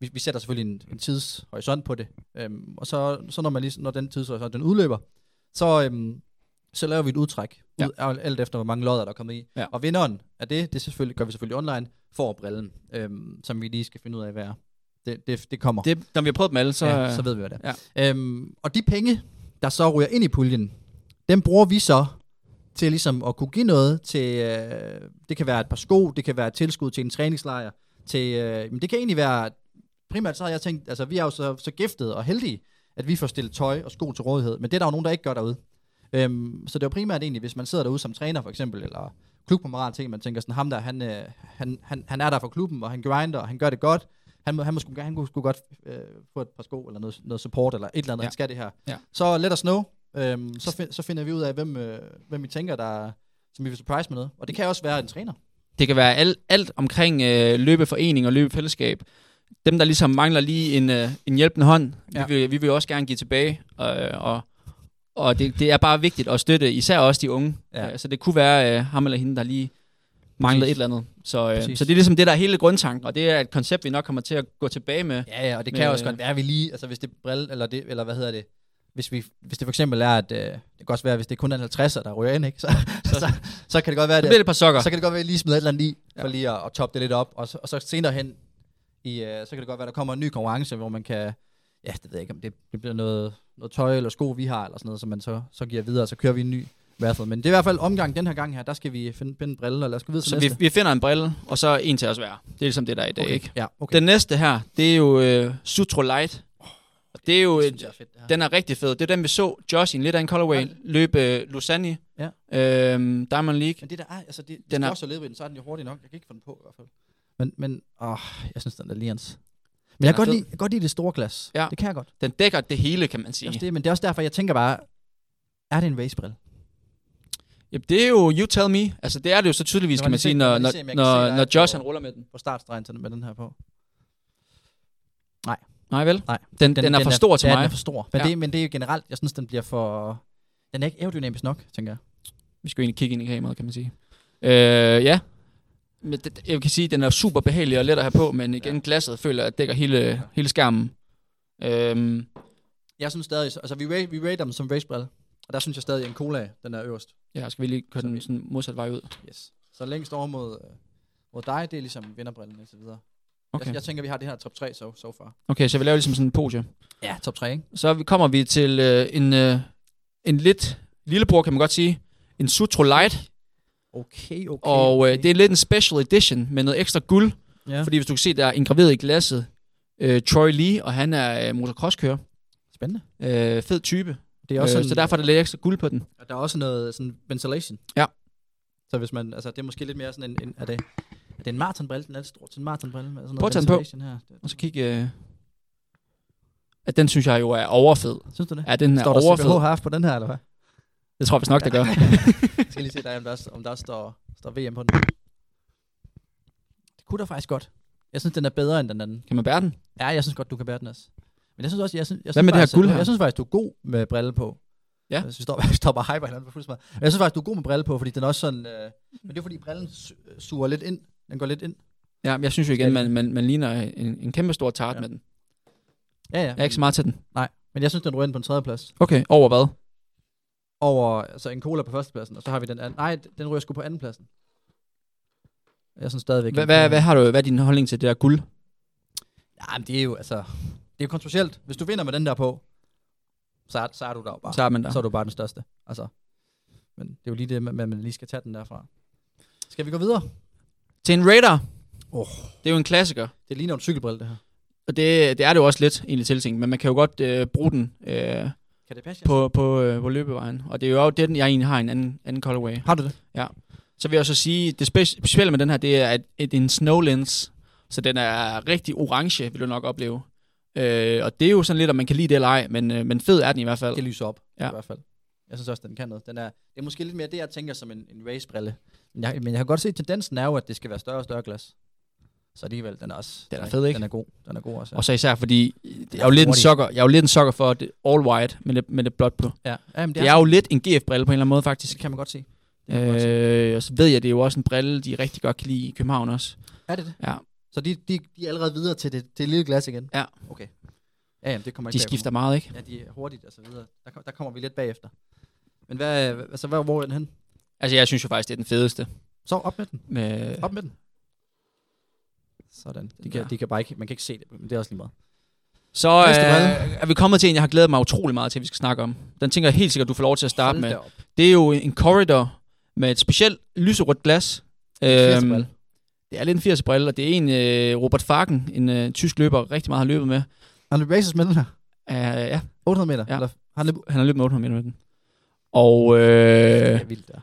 vi, vi sætter selvfølgelig en, en tidshorisont på det, øhm, og så, så når, man lige, når den tidshorisont den udløber, så, øhm, så laver vi et udtræk, ud, ja. alt efter hvor mange lodder der er kommet i. Ja. Og vinderen af det, det selvfølgelig, gør vi selvfølgelig online, får brillen, øhm, som vi lige skal finde ud af, hvad er. Det, det, det kommer. Det, når vi har prøvet dem alle, så... øh, ja, så ved vi, hvad det er. Ja. Øhm, og de penge, der så ryger ind i puljen, dem bruger vi så til ligesom at kunne give noget til, øh, det kan være et par sko, det kan være et tilskud til en træningslejr, til, øh, men det kan egentlig være, primært så har jeg tænkt, altså vi er jo så, så giftede og heldige, at vi får stillet tøj og sko til rådighed, men det er der jo nogen, der ikke gør derude. Øhm, så det er jo primært egentlig, hvis man sidder derude som træner for eksempel, eller klubkammerat ting, man tænker sådan, ham der, han, øh, han, han, han er der for klubben, og han grinder, og han gør det godt, han, må- han, må sgu, han kunne sgu godt øh, få et par sko, eller noget, noget support, eller et eller andet, ja. Ja. han skal det her. Ja. Så let os know, Øhm, så, find, så finder vi ud af, hvem, øh, hvem vi tænker, der, som vi vil surprise med noget. Og det kan også være en træner. Det kan være alt, alt omkring øh, løbeforening og løbefællesskab. Dem, der ligesom mangler lige en, øh, en hjælpende hånd, Ja. ja. vi, vil, vi vil også gerne give tilbage. Øh, og og det, det er bare vigtigt at støtte, især også de unge. Ja. Ja. Øh, så det kunne være øh, ham eller hende, der lige manglede et eller andet. Så, øh, Præcis. så det er ligesom det, der er hele grundtanken, og det er et koncept, vi nok kommer til at gå tilbage med. Ja, ja, og det Men, kan også øh, godt være, at vi lige, altså hvis det er brille, eller, det, eller hvad hedder det, hvis, vi, hvis det for eksempel er, at øh, det kan også være, hvis det kun er en 50'er, der ryger ind, ikke? [laughs] Så, så, så, så kan det godt være, Så bliver det at, et par sokker. så kan det godt være, at vi lige smider et eller andet i, for lige at, at toppe det lidt op, og så, og så senere hen, i, øh, så kan det godt være, at der kommer en ny konkurrence, hvor man kan, ja, det ved jeg ikke, om det, det bliver noget, noget tøj eller sko, vi har, eller sådan noget, som man så, så giver videre, og så kører vi en ny i hvert fald. Men det er i hvert fald omgang den her gang her, der skal vi finde, finde en brille, og lad os gå videre til Så vi, næste. vi finder en brille, og så en til os hver. Det er ligesom det, der er i dag, ikke? Ja, okay. Den næste her, det er jo øh, Sutro Light. Og det er jo, det det synes jeg er fedt, det her. den er rigtig fed. Det er den, vi så Josh i en lidt anden colorway Ja. løbe øh, Lusani, Ja. øhm, Diamond League. Men det der er, altså det, den Den er er- også lidt ved den, så er den jo hurtig nok. Jeg kan ikke få den på i hvert fald. Men, men åh, jeg synes, den er lians. Men jeg er kan, godt fed. lide, jeg kan godt lide det store glas. Ja. Det kan jeg godt. Den dækker det hele, kan man Det er også sige. det, men det er også derfor, jeg tænker bare, er det en racebrille? Jamen, det er jo You Tell Me. Altså, det er det jo så tydeligvis, Nå, kan lad man os se- sige, lad når, når, os se, om jeg kan se, der når, er når et Josh på- han ruller med den. På startstregen til den, med den her på. Nej, vel? Nej. Den, den, den er for stor til ja, mig. den er for stor. Men, ja. Ja. det, men det er jo generelt, jeg synes, den bliver for... Den er ikke aerodynamisk nok, tænker jeg. Vi skal jo egentlig kigge ind i kameraet, kan man sige. Øh, ja. Men det, jeg kan sige, at den er super behagelig og let at have på, men igen, Ja. glasset føler, jeg, at dækker hele, hele skærmen. Øhm, Jeg synes stadig, altså vi, ra- vi rater dem som racebrille, og der synes jeg stadig, at en cola, den er øverst. ja, skal vi lige køre Så vi- den sådan modsat vej ud? Yes. Så længst over mod, øh, mod dig, det er ligesom vinderbrillen og så videre. Okay. Okay. Jeg, jeg, tænker, vi har det her top 3 så, so, so far. Okay, så vi laver ligesom sådan en pose. Ja, top 3, ikke? Så vi- kommer vi til øh, en, øh, en lidt lillebror, kan man godt sige. En Sutro Light. Okay, Okay, okay. og øh, okay. det er lidt en special edition med noget ekstra guld. ja. Fordi hvis du kan se, der er engraveret i glasset. Øh, Troy Lee, og han er øh, motocrosskører. spændende. Øh, fed type. Det er Øh, også så derfor er der lidt ekstra guld på den. der er også noget sådan ventilation. Ja. Så hvis man, altså det er måske lidt mere sådan en, en er det, er det en maratonbrille, den er lidt stor til en maratonbrille med sådan Prøv noget at tage den på. ventilation her. Og så kig... Øh, at den synes jeg jo er overfed. Synes du det? Ja, den er står der overfed. CPH half på den her, eller hvad? Det tror jeg vist nok, der [laughs] gør. Jeg skal lige se, der, om, der, også- om der også står, står VM på den. Det kunne der faktisk godt. Jeg synes, den er bedre end den anden. kan man bære den? Ja, jeg synes godt, du kan bære den også. Men jeg synes også, jeg synes, jeg Hvad synes med det her faktisk, guld at- her? Jeg synes faktisk, du er god med brille på. Ja. Jeg synes, vi står, [laughs] vi står bare og hyper hinanden på fuld smad. Men Jeg synes faktisk, du er god med brille på, fordi den er også sådan... Øh, men det er fordi, brillen su- suger lidt ind. Den går lidt ind. Ja, men jeg synes jo igen, man, man, man ligner en, en kæmpe stor tart Ja. ja. med den. Ja, ja. Jeg er ikke så meget til den. Men jeg synes, den ryger ind på en tredjeplads. Okay, over hvad? Over altså en cola på førstepladsen, og så har vi den anden. Nej, den ryger sgu på andenpladsen. Jeg synes stadigvæk... Hvad, hvad, hvad har du, hvad er din holdning til det der guld? Ja, men det er jo altså... Det er jo kontroversielt. Hvis du vinder med den der på, så er, så er du der jo bare. Så er man der. så er du bare den største. Altså. Men det er jo lige det, man, man lige skal tage den derfra. Skal vi gå videre? Til en radar. Oh. Det er jo en klassiker. Det ligner jo en cykelbrille, det her. Og det, det er det jo også lidt egentlig tiltænkt, men man kan jo godt øh, bruge den øh, Kan det passe? på, På. på, øh, på løbevejen. Og det er jo også den, jeg egentlig har i en anden, anden colorway. Har du det? Så vil jeg så sige, det spe- specielle med den her, det er, at at det er en snow lens, så den er rigtig orange, vil du nok opleve. Øh, og det er jo sådan lidt, om man kan lide det eller ej, men, øh, men fed er den i hvert fald. Det lyser op, ja. Ja. i hvert fald. Jeg synes også, den kan noget. Den er, det er måske lidt mere det, jeg tænker som en, en racebrille. Men jeg, men jeg kan godt se, at tendensen er jo, at det skal være større og større glas. Så alligevel, den er også... Den er fed, ikke? Den er god. Den er god også. Ja, Og så især fordi, jeg er jo lidt en hurtig. sokker, jeg er jo lidt en sokker for at det er all white med det, med det blåt på. ja. ja men det, Det er jo lidt en GF-brille på en eller anden måde, faktisk. det kan man godt se. Det kan man godt se. Øh, og så ved jeg, det er jo også en brille, de rigtig godt kan lide i København også. Er det det? Ja. Så de, de, de er allerede videre til det, til det lille glas igen? Ja. Okay. Ja, jamen, det kommer ikke De bag på skifter mig. meget, ikke? Ja, de er hurtigt og så videre. Der, kom- der kommer vi lidt bagefter. Men hvad, altså, hvad, hvor er den hen? Altså, jeg synes jo faktisk, det er den fedeste. Så op med den. Med, Op med den. Sådan. De kan, der. de kan bare ikke, man kan ikke se det, men det er også lige meget. Så Næste øh, er vi kommet til en, jeg har glædet mig utrolig meget til, at vi skal snakke om. Den tænker jeg helt sikkert, du får lov til at starte Hold med. da op. Det er jo en corridor med et specielt lyserødt glas. Øhm, er det er en 80'er-brille. lidt en 80'er-brille, og det er en øh, Robert Farken, en øh, tysk løber, rigtig meget har løbet med. Han er basis med den her. Uh, ja, 800 meter. Ja. Eller, han løb, han har løbet med 800 meter med den. Og øh, det er vildt der.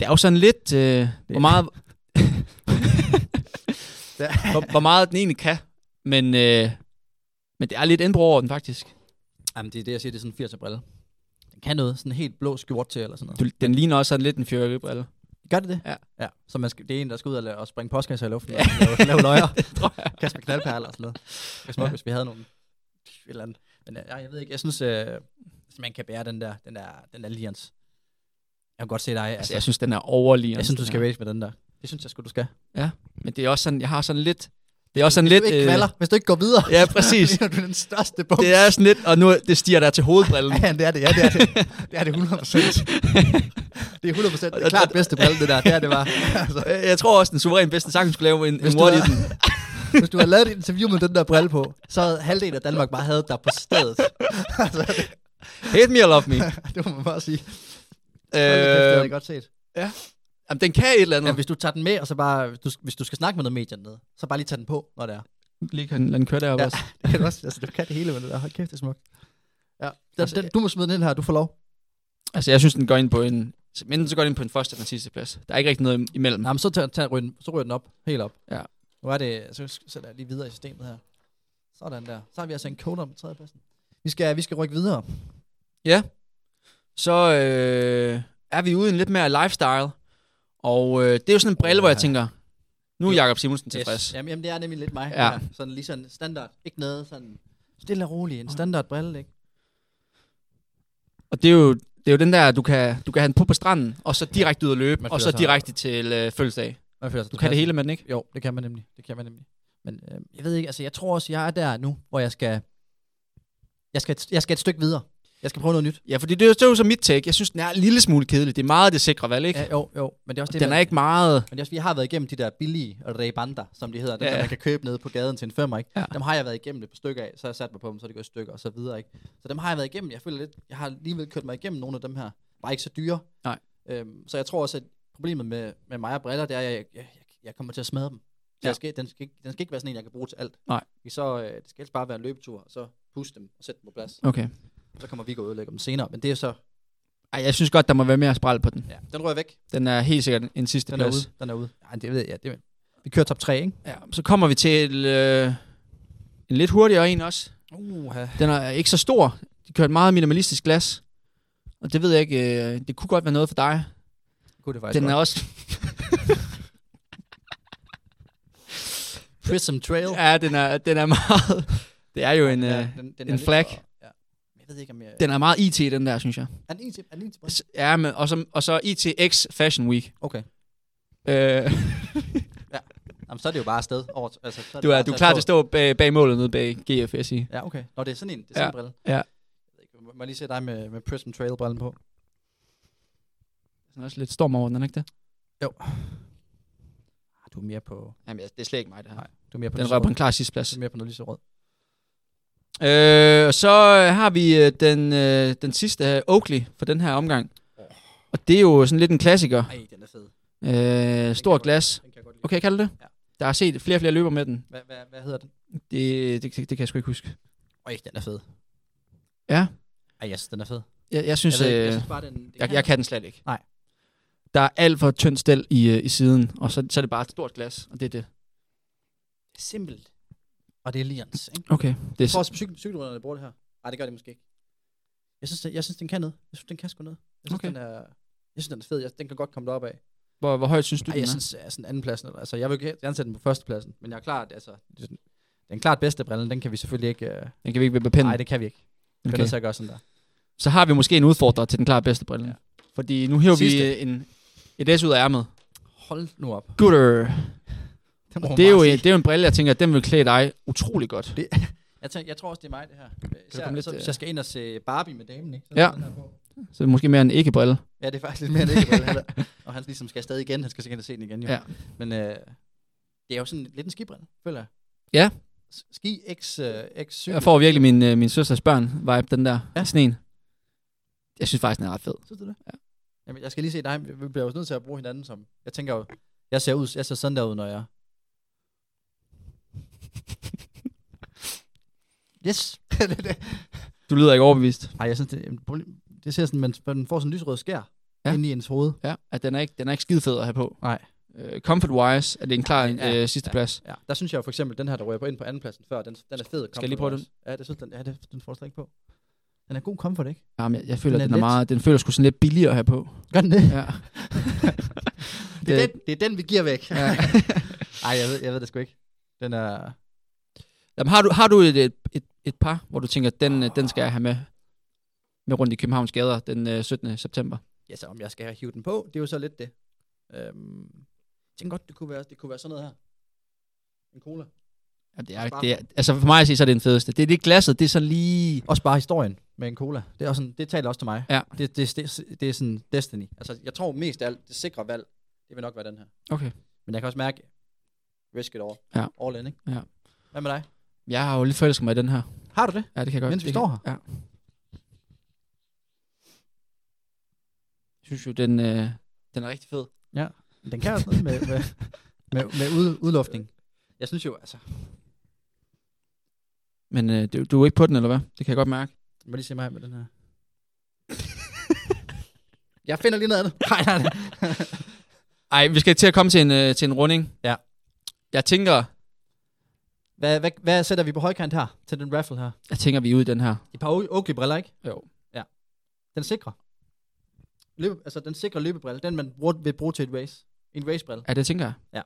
det er jo sådan lidt, øh, hvor, meget, [laughs] Det er- hvor, hvor meget den egentlig kan, men, øh, men det er lidt indbrug over den faktisk. Jamen, det er det, jeg siger, det er sådan en 80'er brille. Den kan noget, sådan en helt blå skjort til eller sådan noget. Du, den ligner også sådan lidt en fyrværkeribrille. Gør det det? Ja. ja. Så man skal, det er en, der skal ud og, lave, og springe postkasser i luften, ja. og lave, lave [laughs] løjer, tror jeg. kaste med knaldperler og sådan noget. Det er smukt, ja. hvis vi havde nogen. Et eller andet. Men øh, jeg, jeg ved ikke, jeg synes, øh, hvis man kan bære den der, den der, den der lians. Jeg kan godt se dig. Altså, Altså, jeg synes, den er overligende. jeg synes, du skal race med den der. Det synes jeg sgu, du skal. Men det er også sådan, jeg har sådan lidt... Det er også sådan Hvis lidt... du ikke kvalder, hvis du ikke går videre, Øh, ja, præcis. så er [laughs] du den største bum. det er sådan lidt... Og nu er- det stiger der til hovedbrillen. [laughs] Ja, det er det, ja, det er det. Det er det 100 Det er 100 Det er klart bedste brille, det der. Det er det [laughs] bare. Altså, Øh, jeg tror også, den suveræn bedste sang skulle lave en, en Hvis du mord i havde- den. [laughs] hvis du havde lavet et interview med den der brille på, så havde halvdelen af Danmark bare havde dig på [laughs] stedet. altså, det, Hate me or love [laughs] me. det må man bare sige. Hold da kæft, det øh, havde jeg godt set. jamen, den kan et eller andet. Ja, hvis du tager den med, og så bare, hvis du, hvis du skal snakke med noget medier nede, så bare lige tage den på, når det er. lige kan den køre deroppe ja. Ja. også. [laughs] Det kan du også, altså, du kan det hele med det der. Hold kæft, det er smukt. Ja, den, altså, den, du må smide den ind her, du får lov. Altså, jeg synes, den går ind på en... Men så går den ind på en første og den sidste plads. Der er ikke rigtig noget imellem. Jamen, så, tager, tager, ryger, så ryger den op, helt op. Ja. Nu er det, så sætter jeg lige videre i systemet her. Sådan der. Så har vi altså en kode om på tredjepladsen. Vi skal, vi skal rykke videre. Ja. Så øh, er vi ude i en lidt mere lifestyle. Og øh, det er jo sådan en brille, hvor jeg tænker, nu er Jakob Simonsen tilfreds. Yes. Jamen, jamen, det er nemlig lidt mig. Ja. Ja. Sådan lige sådan standard. Ikke noget sådan stille og roligt. En standard brille, ikke? Og det er jo, det er jo den der, du kan, du kan have den på på stranden, og så direkte ud og løbe, Man og føler så sig- direkte til øh, fødselsdag. Man føler sig Du kan det hele med den, ikke? Jo, det kan man nemlig. Det kan man nemlig. Men øh, jeg ved ikke, altså jeg tror også, jeg er der nu, hvor jeg skal, jeg skal, et, jeg skal et stykke videre. Jeg skal prøve noget nyt. Ja, fordi det er jo, det er jo så mit take. Jeg synes, den er en lille smule kedelig. Det er meget det sikre valg, ikke? Ja, Ja, jo, jo. Men det er også det, den man- er ikke meget... Men det er også, vi har været igennem de der billige rebander, som de hedder, dem, Ja, ja. ja. der man kan købe nede på gaden til en femmer, ikke? Ja. Ja. Dem har jeg været igennem et par stykker af, så har jeg sat mig på dem, så det går i stykker og så videre, ikke? Så dem har jeg været igennem. Jeg føler lidt, jeg har alligevel kørt mig igennem nogle af dem her. Bare ikke så dyre. Nej. Øhm, så jeg tror også, at problemet med, med mig og briller, det er, at jeg, jeg, jeg, jeg kommer til at smadre dem. Så Ja. ja. jeg skal, den, skal ikke, den skal ikke være sådan en, jeg kan bruge til alt. Nej. Vi så, øh, det skal helst bare være en løbetur, og så puste dem og sætte dem på plads. Okay. Så kommer vi og ødelægger dem senere, men det er så, Ej, jeg synes godt, der må være mere spræl på den. ja, den rører væk. Den er helt sikkert en sidste Den er plads. ude. Den er ude. Ja, det ved jeg. Det, vi kører top 3, ikke? Ja, så kommer vi til øh, en lidt hurtigere en også. Uh, Den er ikke så stor. De kører et meget minimalistisk glas. Og det ved jeg ikke, øh, det kunne godt være noget for dig. Kunne det faktisk Den godt. er også... Prism Trail. Ja, den er, den er meget... [laughs] Det er jo en... Øh, den, den en lidt flag. For, ja. Men Jeg ved ikke, om jeg... Den. den er meget IT, den der, synes jeg. Er den en til, er den en til S- Ja, men, og, så, og så ITX Fashion Week. Okay. Øh, [laughs] Jamen, så er det jo bare afsted. Over, altså, så er du, det er, bare du er afsted klar til at toget. stå bag, bag målet nede bag GFS i. Ja, okay. Nå, det er sådan en, det er sådan en brille. ja. Jeg ved ikke, Må må jeg lige se dig med, med Prism Trail-brillen på? Den er også lidt storm over den, er den, ikke det? Ah, Du er mere på... Jamen, det er slet ikke mig, det her. Nej, du er mere på Den lyserød. rører på en klar sidste plads. Du er mere på noget lyserød. Øh, og så øh, har vi øh, den, øh, den sidste øh, Oakley for den her omgang. Og det er jo sådan lidt en klassiker. Ej, den er fed. Øh, jeg stort godt- glas. Den kan jeg godt lide. Okay, kalder det? Ja. Der er set flere og flere løber med den. Hvad, hvad, hvad hedder den? Det, det, det kan jeg sgu ikke huske. Ej, den er fed. Ja. Ej, yes, den er fed. Jeg, jeg Jeg, synes, ved, jeg, ikke, øh, jeg synes bare, den... den jeg, jeg kan den slet ikke. Nej. Der er alt for tynd stel i, øh, i siden, og så, så er det bare et stort glas, og det er det. Simpelt. Og det er Lians, ikke? Okay. Det er, Jeg tror s- også, cykel, cykelrydderne bruger det her. Nej, det gør de måske ikke. Jeg synes, jeg, jeg synes, den kan noget. Jeg synes, den kan sgu noget. Jeg synes, Okay. okay. den er, jeg synes, den er fed. Jeg, den kan godt komme derop af. hvor, hvor højt synes du, Ej, jeg den er? synes, jeg sådan anden pladsen. Altså, jeg vil gerne gerne sætte den på førstepladsen, men jeg er klart, altså, det- den klart bedste brille, den kan vi selvfølgelig ikke... øh, Den kan vi ikke vippe pinden. Nej, det kan vi ikke. Vi okay. Okay. nødt til at gøre sådan der. Så har vi måske en udfordrer til den klare bedste brille. Ja. Ja. Fordi nu hiver Sidste. vi øh, en, et S ud af ærmet. Hold nu op. Gutter. Det, Og det, er jo, en- det er jo en brille, jeg tænker, at den vil klæde dig utrolig godt. Det, jeg, tænker, jeg tror også, det er mig, det her. Øh, Især, komme lidt, lidt, så, øh, hvis jeg skal ind og se Barbie med damen, ikke? Så Ja. den her på. Så det er måske mere en ikke-brille. Ja, det er faktisk lidt mere end ikke. Og han ligesom skal stadig igen. Han skal sikkert se den igen, jo. [laughs] Ja. Men øh, det er jo sådan lidt en skibrille, føler jeg. Ja. S- Ski x, øh, x cykel. Jeg får virkelig min, øh, min søsters børn-vibe, den der Ja. ja. sneen. Jeg synes faktisk, den er ret [laughs] fed. Synes du det? Ja. Jamen, jeg skal lige se dig. Vi bliver jo nødt til at bruge hinanden som... Jeg tænker jo, jeg ser, ud, jeg ser sådan der ud, når jeg... [laughs] Yes. Du lyder ikke overbevist. Nej, jeg synes, det, jamen, problem- det ser sådan, man, man får sådan en lysrød skær ja. Ja. inde i ens hoved. Ja, at den er ikke, den er ikke skide fed at have på. Nej. Øh, comfort-wise er det en klar Ja, ja, øh, sidste ja. ja. plads. Ja. Der synes jeg jo for eksempel, den her, der rører på ind på andenpladsen før, den, den er fed. jeg lige prøve den? Ja, det synes den, ja, det, den får jeg slet ikke på. Den er god comfort, ikke? Jamen, jeg, jeg føler, Den den er, den er er let. meget, den føler sgu sådan lidt billigere at have på. Gør den [laughs] det? Ja. Det er, den, det er den, vi giver væk. [laughs] Ja. Nej, jeg ved, jeg ved det sgu ikke. Den er... Jamen, har du, har du et, et, et, et par, hvor du tænker, den, øh, den skal jeg have med, med rundt i Københavns gader den øh, 17. september? Ja, så om jeg skal hive den på, det er jo så lidt det. Øhm, jeg tænker godt, det kunne, være, det kunne være sådan noget her. En cola. Jamen, det er, det er, altså for mig at se, så er det den fedeste. Det er det glasset, det er sådan lige... Også bare historien med en cola. Det, er også sådan, det taler også til mig. Ja. Det, det, det, det er sådan destiny. Altså, jeg tror mest af alt, det sikre valg, det vil nok være den her. Okay. Men jeg kan også mærke, risk it all. Ja. All in, ikke? Ja. Hvad med dig? Jeg har jo lidt forelsket mig i den her. Har du det? Ja, det kan jeg godt. Mens vi det står kan, her? Ja. Jeg synes jo, den, øh, den er rigtig fed. Den kan også noget med, med, med, med ud, udluftning. Jeg synes jo, altså... Men øh, du, du er ikke på den, eller hvad? Det kan jeg godt mærke. Må lige se mig med den her. jeg finder lige noget andet. Nej, nej, nej. Ej, vi skal til at komme til en, øh, til en runding. Ja. Jeg tænker, Hvad, hvad, hvad sætter vi på højkant her, til den raffle her? jeg tænker, vi er ude i den her. Et par o- okay briller, ikke? Jo. Den sikre. Løbe, altså den sikre løbebrille, den man bruger, vil bruge til et race. En racebrille. Ja, det tænker jeg. Ja.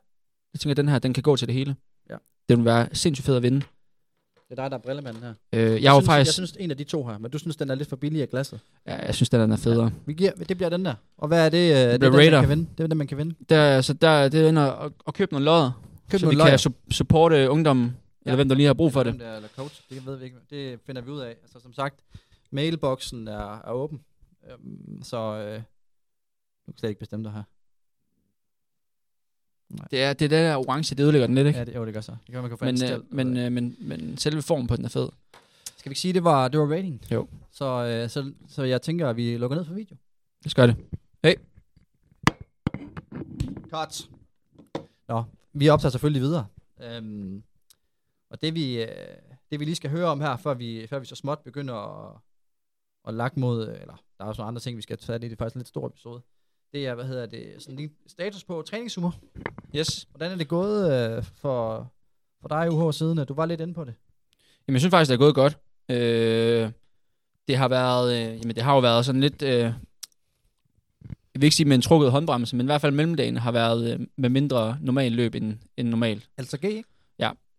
Jeg tænker, den her, den kan gå til det hele. Ja. Den vil være sindssygt fed at vinde. Det er dig, der er brillemanden her. Øh, jeg, jeg var synes, faktisk... Jeg synes, en af de to her, men du synes, den er lidt for billig af glasset. ja, jeg synes, den er federe. Vi giver, det bliver den der. Og hvad er det, bliver øh, det, er den, man Raider. kan vinde? Det er den, man kan vinde. der, så der, det ender at, at købe nogle lodder, Køb så nogle vi lodder. kan su- supporte ungdommen, ja. eller hvem der lige har brug for det. Hvem Der, er- eller coach, det ved vi ikke. Det finder vi ud af. Altså som sagt, mailboksen er, er åben. Øhm, så øh, du kan slet ikke bestemme dig her. Det er det er det der orange, det ødelægger den lidt, ikke? Ja, det, jo, det gør så. Det kan være, man kan få men, anstalt. øh, men, øh, men, men selve formen på den er fed. Skal vi ikke sige, det var, det var rating? Jo. Så, øh, så, så jeg tænker, at vi lukker ned for video. Lad os gøre det. Cut. Nå, vi optager selvfølgelig videre. Øhm, og det vi, øh, det vi lige skal høre om her, før vi, før vi så småt begynder at, at lakke mod, øh, eller der er også nogle andre ting, vi skal tage, det er faktisk en lidt stor episode. Det er, hvad hedder det, sådan lige status på træningsuger. Yes. Hvordan er det gået øh, for, for dig, UH, siden at du var lidt inde på det? Jamen, jeg synes faktisk, det er gået godt. Øh, det har været, øh, jamen, det har jo været sådan lidt, øh, jeg vil ikke sige med en trukket håndbremse, men i hvert fald mellemdagen har været øh, med mindre normal løb end, end normalt. Altså G, ikke?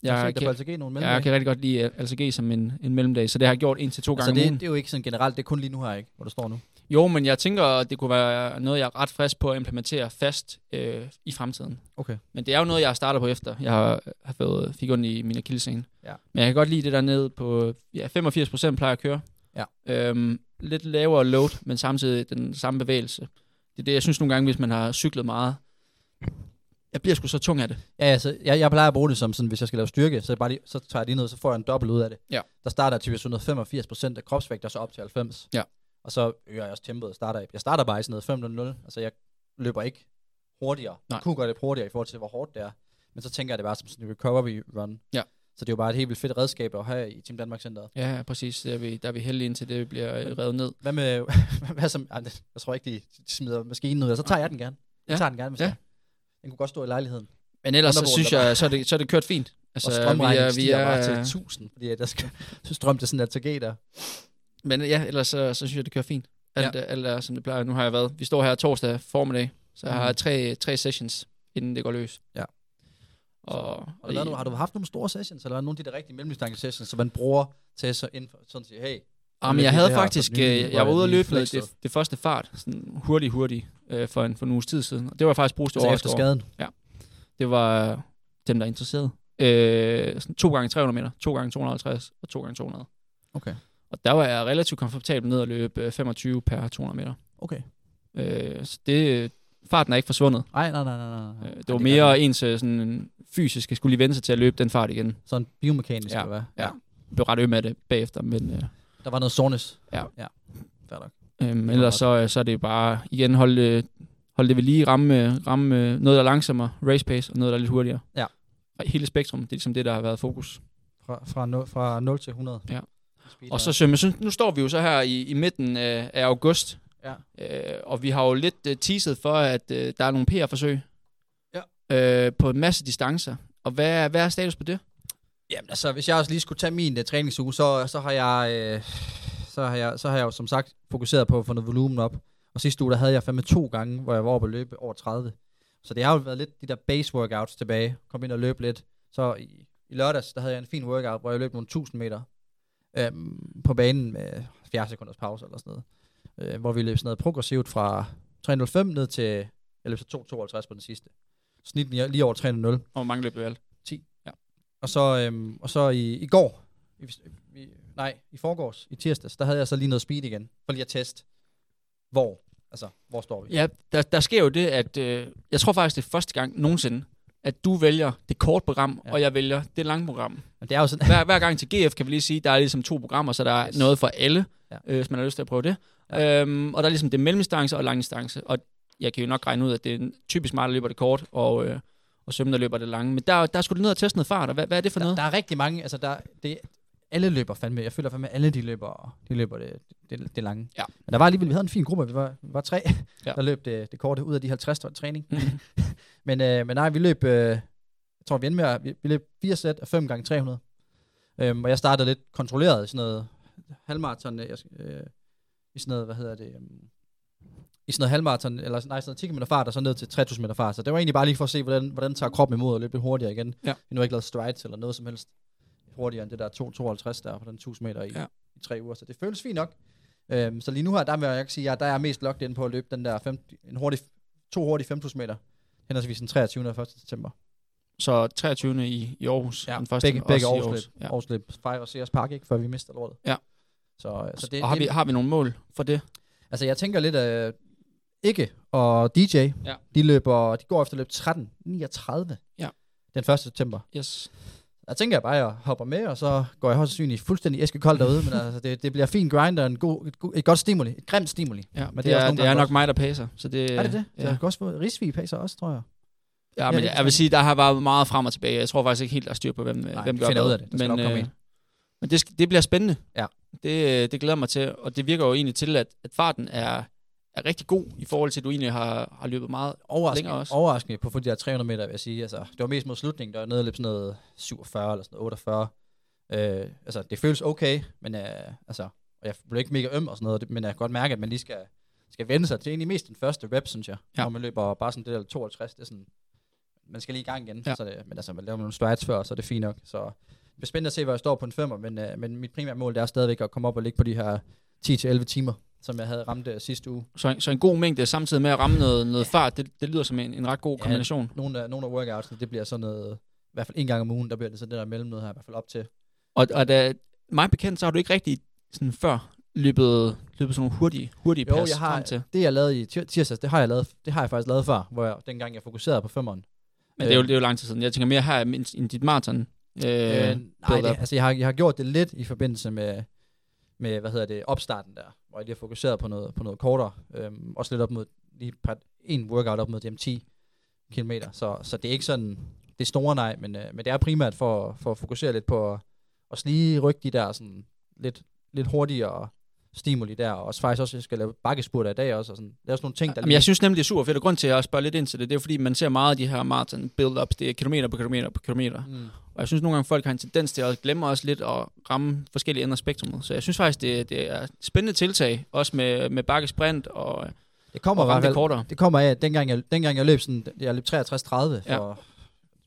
Jeg har Jeg, set dig på kan, altså G nogle jeg, jeg mellemdage. kan rigtig godt lide LCG som en, en mellemdag, så det har jeg gjort en til to gange Altså om det, ugen. det er jo ikke sådan generelt, det er kun lige nu her, ikke? Hvor du står nu. Jo, men jeg tænker, at det kunne være noget, jeg er ret frisk på at implementere fast øh, i fremtiden. Okay. Men det er jo noget, jeg starter på efter. Jeg har, har fået, fik ondt i min akillescene. Ja. Men jeg kan godt lide det der ned på ja, 85 procent plejer jeg at køre. Ja. Øhm, lidt lavere load, men samtidig den samme bevægelse. Det er det, jeg synes nogle gange, hvis man har cyklet meget. Jeg bliver sgu så tung af det. Ja, altså, jeg, jeg plejer at bruge det som sådan, hvis jeg skal lave styrke, så, jeg bare lige, så tager jeg lige noget, så får jeg en dobbelt ud af det. Ja. Der starter jeg typisk sådan noget 85 procent af kropsvægt, og så op til 90. Ja. Og så øger jeg også tempoet og starter. i- Jeg starter bare i sådan noget 5.00, altså jeg løber ikke hurtigere. Nej. Nej. Jeg kunne gøre det hurtigere i forhold til, hvor hårdt det er. Men så tænker jeg det bare som sådan en recovery run. Ja. Så det er jo bare et helt vildt fedt redskab at have i Team Danmark Centeret. Ja, ja, præcis. Der er vi, der er vi heldige indtil det bliver øh, revet ned. Hvad med, [laughs] hvad som, ej, det- jeg tror ikke, de smider maskinen ud, og så tager jeg den gerne. Jeg Ja. tager den gerne, hvis Ja. ja. jeg. Den kunne godt stå i lejligheden. Men ellers så Undervognen synes er bare- jeg, så er det, så er det kørt fint. Altså, og strømregningen vi er, vi stiger bare til 1000, fordi at der skal, så strømte sådan at tage der. Men ja, ellers så, så synes jeg, det kører fint. Alt, ja. alt er, som det plejer. Nu har jeg været. Vi står her torsdag formiddag, så jeg har Mhm. tre, tre sessions, inden det går løs. Ja. Og, Har du, været, nogle- har du haft nogle store sessions, eller er der nogle af de der rigtige mellemdistance sessions, som man bruger til at så ind for, sådan at sige, hey, Ah, men løbet jeg havde det her faktisk, for øh, nylig, hvor jeg var jeg ude og lige løbe noget flexede. det, det første fart, sådan hurtigt, hurtigt, øh, for, en, for en uges tid siden. Og det var jeg faktisk brugt så over efter Altså skaden. Det var, øh, dem, der er interesseret. Øh, sådan 2 gange 300 meter, 2 gange 250 og 2 gange 200. Okay. Og der var jeg relativt komfortabel ned at løbe øh, 25 per 200 meter. Okay. Øh, så det, farten er ikke forsvundet. Ej, nej, nej, nej, nej. nej. Øh, Ej, det var er mere godt. ens øh, sådan, fysiske skulle lige vende sig til at løbe den fart igen. Sådan biomekanisk, ja. hvad? ja. Jeg blev ret øm af det bagefter, men øh, Der var noget soreness. Ja. Ja. Fair nok. Øhm, var ellers godt. så, øh, så er det jo bare igen holde, øh, holde det ved lige, ramme, øh, ramme øh, noget, der er langsommere, race pace, og noget, der er lidt hurtigere. Ja. Og Hele spektrum, det er ligesom det, der har været fokus. Fra, fra, no, fra 0 til 100. Ja. Speed Og så søm, jeg synes, nu står vi jo så her i, i midten øh, af august, Ja. øh, og vi har jo lidt øh, teaset for, at øh, der er nogle PR-forsøg øh, på en masse distancer. Og hvad, er- hvad er status på det? Jamen altså, hvis jeg også lige skulle tage min uh, træningsuge, så, så, har jeg, øh, så, har jeg, så har jeg jo som sagt fokuseret på at få noget volumen op. Og sidste uge, der havde jeg fandme to gange, hvor jeg var oppe at løbe over 30. Så det har jo været lidt de der base workouts tilbage. Kom ind og løb lidt. Så i, i lørdags, der havde jeg en fin workout, hvor jeg løb nogle 1000 meter øhm, på banen med 70 sekunders pause eller sådan noget. Øh, hvor vi løb sådan noget progressivt fra 3.05 ned til, jeg løb så 2.52 på den sidste. Snit lige lige over 3.0. Og hvor mange løb du i alt? Og så, øhm, og så i, i går, i, i, nej, i forgårs, i tirsdags, der havde jeg så lige noget speed igen, for lige at teste, hvor, altså, hvor står vi? Ja, der, der sker jo det, at øh, jeg tror faktisk, det er første gang nogensinde, at du vælger det korte program, Ja. ja. og jeg vælger det lange program. Men det er jo sådan, hver, hver gang til GF kan vi lige sige, der er ligesom to programmer, så der er Yes. yes. noget for alle, Ja. ja. øh, hvis man har lyst til at prøve det. Ja. Øhm, og der er ligesom det mellemdistance og langdistance, og jeg kan jo nok regne ud, at det er en typisk mig, der løber det kort, og, øh, og Sømme, der løber det lange. Men der, der skulle du ned og teste noget fart, og hvad, hvad er det for der, noget? der er rigtig mange, altså, der, det, alle løber fandme, jeg føler fandme, alle de løber, de løber det, det, det lange. Ja. Men der var alligevel, vi havde en fin gruppe, vi var, vi var tre, ja. Ja. der løb det, det korte ud af de 50, der var i træning. Mhm. men, øh, men nej, vi løb, øh, jeg tror, vi endte med, at vi, vi løb fire sæt af 5 gange 300. Øhm, og jeg startede lidt kontrolleret i sådan noget halvmarathon, øh, jeg, øh, i sådan noget, hvad hedder det, øhm, i sådan noget halvmarathon, eller nej, sådan noget 10 km fart, og så ned til 3000 meter fart. Så det var egentlig bare lige for at se, hvordan, hvordan tager kroppen imod og løbe lidt hurtigere igen. Ja. Vi nu har ikke lavet strides eller noget som helst hurtigere end det der 2,52 der på den 1000 meter i, ja. Ja. i tre uger. Så det føles fint nok. Øhm, så lige nu her, der vil jeg ikke sige, at der er jeg mest locked ind på at løbe den der fem, en hurtig, to hurtige 5000 meter, henholdsvis den 23. og 1. september. [laughs] Så 23. i, i Aarhus. den første, begge, også begge i Aarhus løb. Ja. Aarhus løb fejrer Sears Park, ikke, før vi mister lortet. Ja. Så, så det, og har vi, det, har vi nogle mål for det? altså jeg tænker lidt, øh, ikke og DJ, Ja. de, løber, de går efter løb 13, 39 Ja. den 1. september. Yes. Der tænker jeg bare, at jeg hopper med, og så går jeg højst sandsynligt fuldstændig æskekold derude, men altså, det, det bliver fin grind og en god, et, go- et godt stimuli, et grimt stimuli. Ja, men det, det er det også er, nogle det er gange nok godt. mig, der pacer. Så det, Er det det? Ja. Øh, Ja. Jeg kan også få Risvig pacer også, tror jeg. Ja, men det jeg, er jeg vil sige, der har været meget frem og tilbage. Jeg tror faktisk ikke helt, der er styr på, hvem, Nej, Nej, hvem vi gør finder hvad. ud af det. Der skal men øh, nok komme en. men det, skal- det bliver spændende. Ja. Det, øh, det glæder jeg mig til, og det virker jo egentlig til, at, at farten er, er rigtig god i forhold til, at du egentlig har, har løbet meget. Overraskende, Længere også. overraskende på for de der 300 meter, vil jeg sige. Altså, det var mest mod slutningen, der var nede og løb sådan noget 47 eller sådan noget 48. Øh, altså, det føles okay, men øh, altså, og jeg blev ikke mega øm og sådan noget, det- men jeg kan godt mærke, at man lige skal, skal vende sig. Det er egentlig mest den første rep, synes jeg, ja. Ja. når man løber bare sådan det der 52, det er sådan, man skal lige i gang igen, ja. Ja. så det, men altså, man laver nogle strides før, så er det fint nok. Så det bliver spændende at se, hvor jeg står på en femmer, men, øh, men mit primære mål, det er stadigvæk at komme op og ligge på de her 10-11 timer, som jeg havde ramt øh, sidste uge. Så, en- så en god mængde samtidig med at ramme noget, noget fart, det, det lyder som en, en ret god Ja. kombination. nogle af, nogle af workoutsene, det bliver sådan noget, i hvert fald en gang om ugen, der bliver det sådan det der mellemnød her, i hvert fald op til. Og, og da mig bekendt, så har du ikke rigtig sådan før løbet, løbet sådan nogle hurtige, hurtige Jo, pas jeg har, frem til. det jeg lavede i tir- tirsdags, det har jeg, lavet, det har jeg faktisk lavet før, hvor jeg, dengang jeg fokuserede på femmeren. Men det er, jo, øh, det er jo lang tid siden. Jeg tænker mere her mindst end dit maraton. Øh, Øh, nej, build-up. det, altså jeg har, jeg har gjort det lidt i forbindelse med, med hvad hedder det, opstarten der, hvor jeg lige har fokuseret på noget, på noget kortere, øhm, også lidt op mod, lige et par, en workout op mod de 10 km, så, så det er ikke sådan, det er store nej, men, øh, men det er primært for, for at fokusere lidt på at, at lige rykke de der sådan lidt, lidt hurtigere stimuli der, og også faktisk også, jeg skal lave bakkespurter i dag også, og sådan, lave sådan nogle ting, der Jamen, jeg synes nemlig, det er super fedt, og grund til, at jeg spørger lidt ind til det, det er, fordi man ser meget af de her marathon build-ups, det er kilometer på kilometer på kilometer. Mm. Og jeg synes nogle gange, folk har en tendens til at glemme også lidt at ramme forskellige ender af spektrumet. Så jeg synes faktisk, det, det er et spændende tiltag, også med, med bakkesprint og, Det kommer, og i hvert ramme det fald- kortere. Det kommer af, at dengang jeg, dengang jeg løb, sådan, jeg løb 63-30 for ja. Ja. et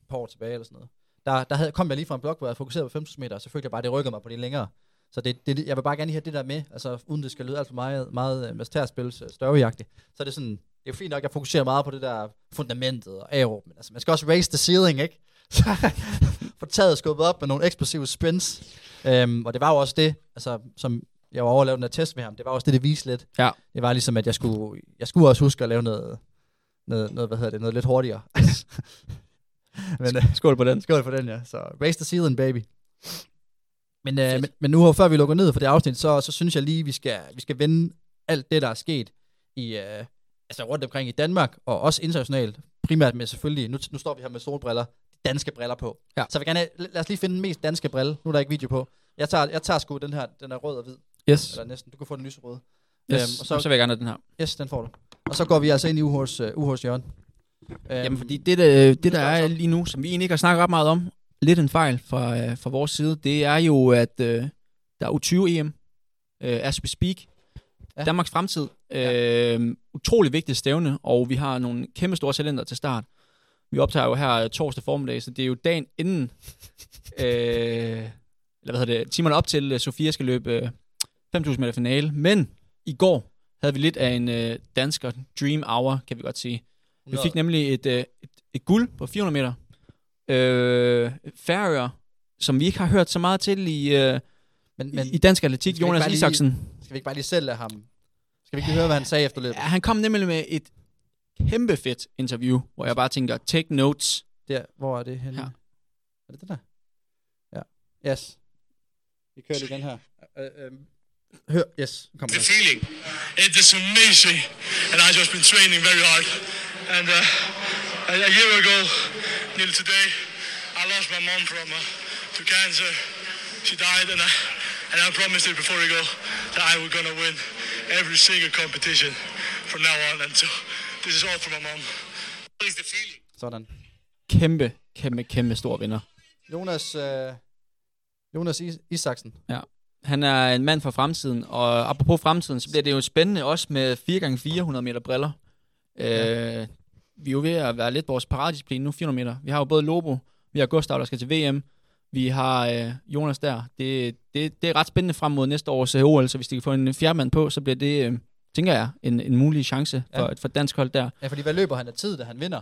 par år tilbage eller sådan noget, der, der havde, kom jeg lige fra en blok, hvor jeg fokuserede på 50 meter, og så følte jeg bare, at det rykkede mig på det længere. Så det, det, jeg vil bare gerne lige have det der med, altså uden det skal lyde alt for meget, meget øh, militærspils størrejagtigt. Så er det sådan, det er jo fint nok, jeg fokuserer meget på det der fundamentet og aerob, men altså man skal også raise the ceiling, ikke? [laughs] få taget skubbet op med nogle eksplosive spins. Øhm, og det var jo også det, altså, som jeg var over at lave den der test med ham, det var også det, det viste lidt. Ja. Det var ligesom, at jeg skulle, jeg skulle også huske at lave noget, noget, noget, hvad hedder det, noget lidt [laughs] hurtigere. Men, øh, Skål på den. Skål for den, ja. Så raise the ceiling, baby. Men, øh, men, men nu, før vi lukker ned for det afsnit, så, så synes jeg lige, vi skal, vi skal vende alt det, der er sket i, øh, altså rundt omkring i Danmark, og også internationalt, primært med selvfølgelig, nu, nu står vi her med solbriller, danske briller på. Ja. Så vi gerne, lad os lige finde den mest danske brille, nu er der ikke video på. Jeg tager, jeg tager sgu den her, den er rød og hvid, Yes. eller næsten, du kan få den lyserøde. yes. Øhm, og så- og så vil jeg gerne have den her. Yes, den får du. Og så går vi altså ind i UH's, uh, UH's hjørne. Øhm, Jamen, fordi det, der, det, der så. er lige nu, som vi egentlig ikke har snakket ret meget om, lidt en fejl fra, øh, fra vores side, det er jo, at øh, der er U20-EM, øh, as we speak, Ja. ja. Danmarks fremtid. Øh, utrolig vigtigt stævne, og vi har nogle kæmpe store talenter til start. Vi optager jo her øh, torsdag formiddag, så det er jo dagen inden, øh, eller hvad hedder det, timerne op til, øh, Sofia skal løbe øh, 5.000 meter finale. Men i går havde vi lidt af en øh, dansker dream hour, kan vi godt sige. Vi fik nemlig et, øh, et, et guld på 400 meter. Øh, Færøer, som vi ikke har hørt så meget til i, øh, men, men, men i dansk atletik. skal vi ikke Jonas bare lige- Isaksen. skal vi ikke bare lige selv lade ham... Skal vi ikke lige høre, hvad han sagde efter løbet? Ja, han kom nemlig med et kæmpe fedt interview, hvor jeg bare tænker, take notes. Der, hvor er det henne? Her. Er det den der? Ja. Yes. Vi kører lige den her. Øh, øh, øhm. hør, yes. Kom The her. feeling, it is amazing, and I've just been training very hard. And uh, a, a year ago, nearly today, I lost my mom from uh, to cancer. She died, and I, and I promised her before we go that I was gonna win every single competition from now on. And so, this is all for my mom. What is the feeling? Sådan. Kæmpe, kæmpe, kæmpe stor vinder. Jonas, øh, Jonas Is- Isaksen. Ja. Han er en mand for fremtiden, og apropos fremtiden, så bliver det jo spændende også med 4x400 meter briller. Øh, vi er jo ved at være lidt vores paradisplin nu, 400 meter. Vi har jo både Lobo, vi har Gustav, der skal til VM, vi har øh, Jonas der. Det, det, det er ret spændende frem mod næste års øh, OL, så hvis de kan få en fjerdemand på, så bliver det, øh, tænker jeg, en, en mulig chance for, Ja. for dansk hold der. Ja, fordi hvad løber han af tid, da han vinder?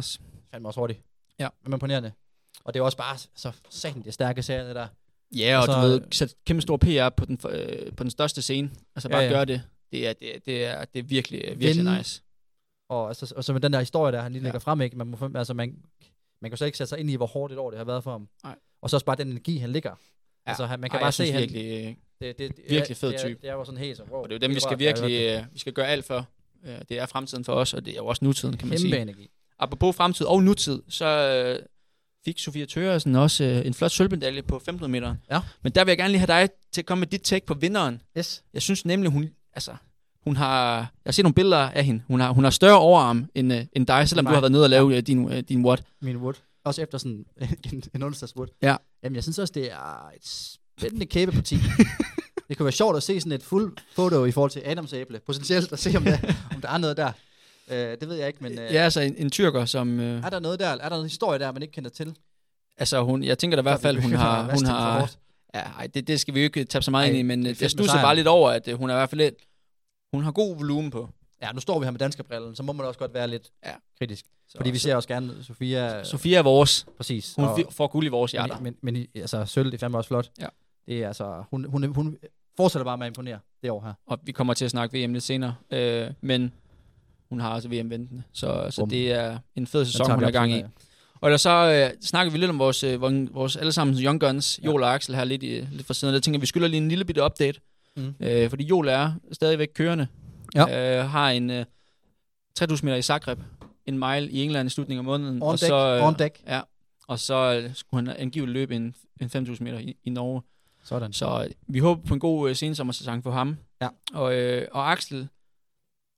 45-78. Fandme også hurtigt. Ja. Men imponerende. Og det er også bare så satan, det stærke serie, det der. Ja, og Altså, du ved, sæt kæmpe stor PR på den, øh, på den største scene. Altså bare Ja, ja, ja. ja. gøre det. Det er, det, er- det er, det er virkelig, øh, virkelig Vinde. nice. Og, altså, og så med den der historie, der han lige Ja. lægger frem, ikke? Man, må, fandme- altså, man, man kan jo slet ikke sætte sig ind i, hvor hårdt et år det har været for ham. Nej. Og så også bare den energi, han ligger. Ja. Altså, han, man kan Ej, bare jeg se, synes han, virkelig, øh, det, det, det, virkelig fed det, er- type. Det er jo sådan helt så, wow, og det er jo dem, vi rørt, skal jeg har hørt virkelig det. øh, vi skal gøre alt for. Øh, Det er fremtiden for os, og det er jo også nutiden, kan man Kæmpe sige. energi. Apropos fremtid og nutid, så øh, fik Sofia Tøresen også øh, en flot sølvmedalje på 15 meter. Ja. Men der vil jeg gerne lige have dig til at komme med dit take på vinderen. Yes. Jeg synes nemlig, hun, altså, hun har... Jeg har set nogle billeder af hende. Hun har, hun har større overarm end, øh, end dig, selvom Nej. Nej. du har været nede og lave øh, din, øh, din what. Min wood. Også efter sådan [laughs] en, en onsdags wood. Ja. Jamen, jeg synes også, det er et spændende [laughs] kæbeparti. det kunne være sjovt at se sådan et fuld foto i forhold til Adams æble. Potentielt at se, om der, om der er noget der. Øh, det ved jeg ikke, men øh, Ah. Ja, altså en, en tyrker, som... Øh, er der noget der? Er der noget historie der, man ikke kender til? altså hun, jeg tænker da i hvert fald, hun har... Hun har Ja, ej, det, det skal vi jo ikke tabe så meget Ej, ind i, men det øh, er fedt med jeg stusser sejren. bare lidt over, at øh, hun er i hvert fald lidt, hun har god volumen på. Ja, nu står vi her med danskerbrillen, så må man også godt være lidt ja. Ja. kritisk. Så, Fordi vi ser også gerne Sofia, øh, så, Sofia er vores. præcis. Hun og- fi- får guld i vores hjerter. men, men, men i- altså, sølv, det er fandme også flot. Ja. Det er altså, hun, hun, hun fortsætter bare med at imponere det år her. Og vi kommer til at snakke VM lidt senere. Øh, men hun har også VM ventende. Så, så Bum. det er en fed Den sæson, tager hun vi er op gang i. senere, Og ellers så øh, snakker vi lidt om vores, øh, vores, vores allesammens Young Guns, Joel og Axel her lidt, i, lidt fra siden. Og der tænker jeg, vi skylder lige en lille bitte update. Mm. Mm. Øh, fordi Joel er stadigvæk kørende. Ja. Øh, har en øh, 3000 meter i Zagreb, en mile i England i slutningen af måneden. On og deck, så, øh, on deck. Ja, og så øh, skulle han angiveligt løbe en, en 5000 meter i, i Norge. Sådan. Så øh, vi håber på en god øh, sensommersæson for ham. Mm. Ja. Og, øh, og Axel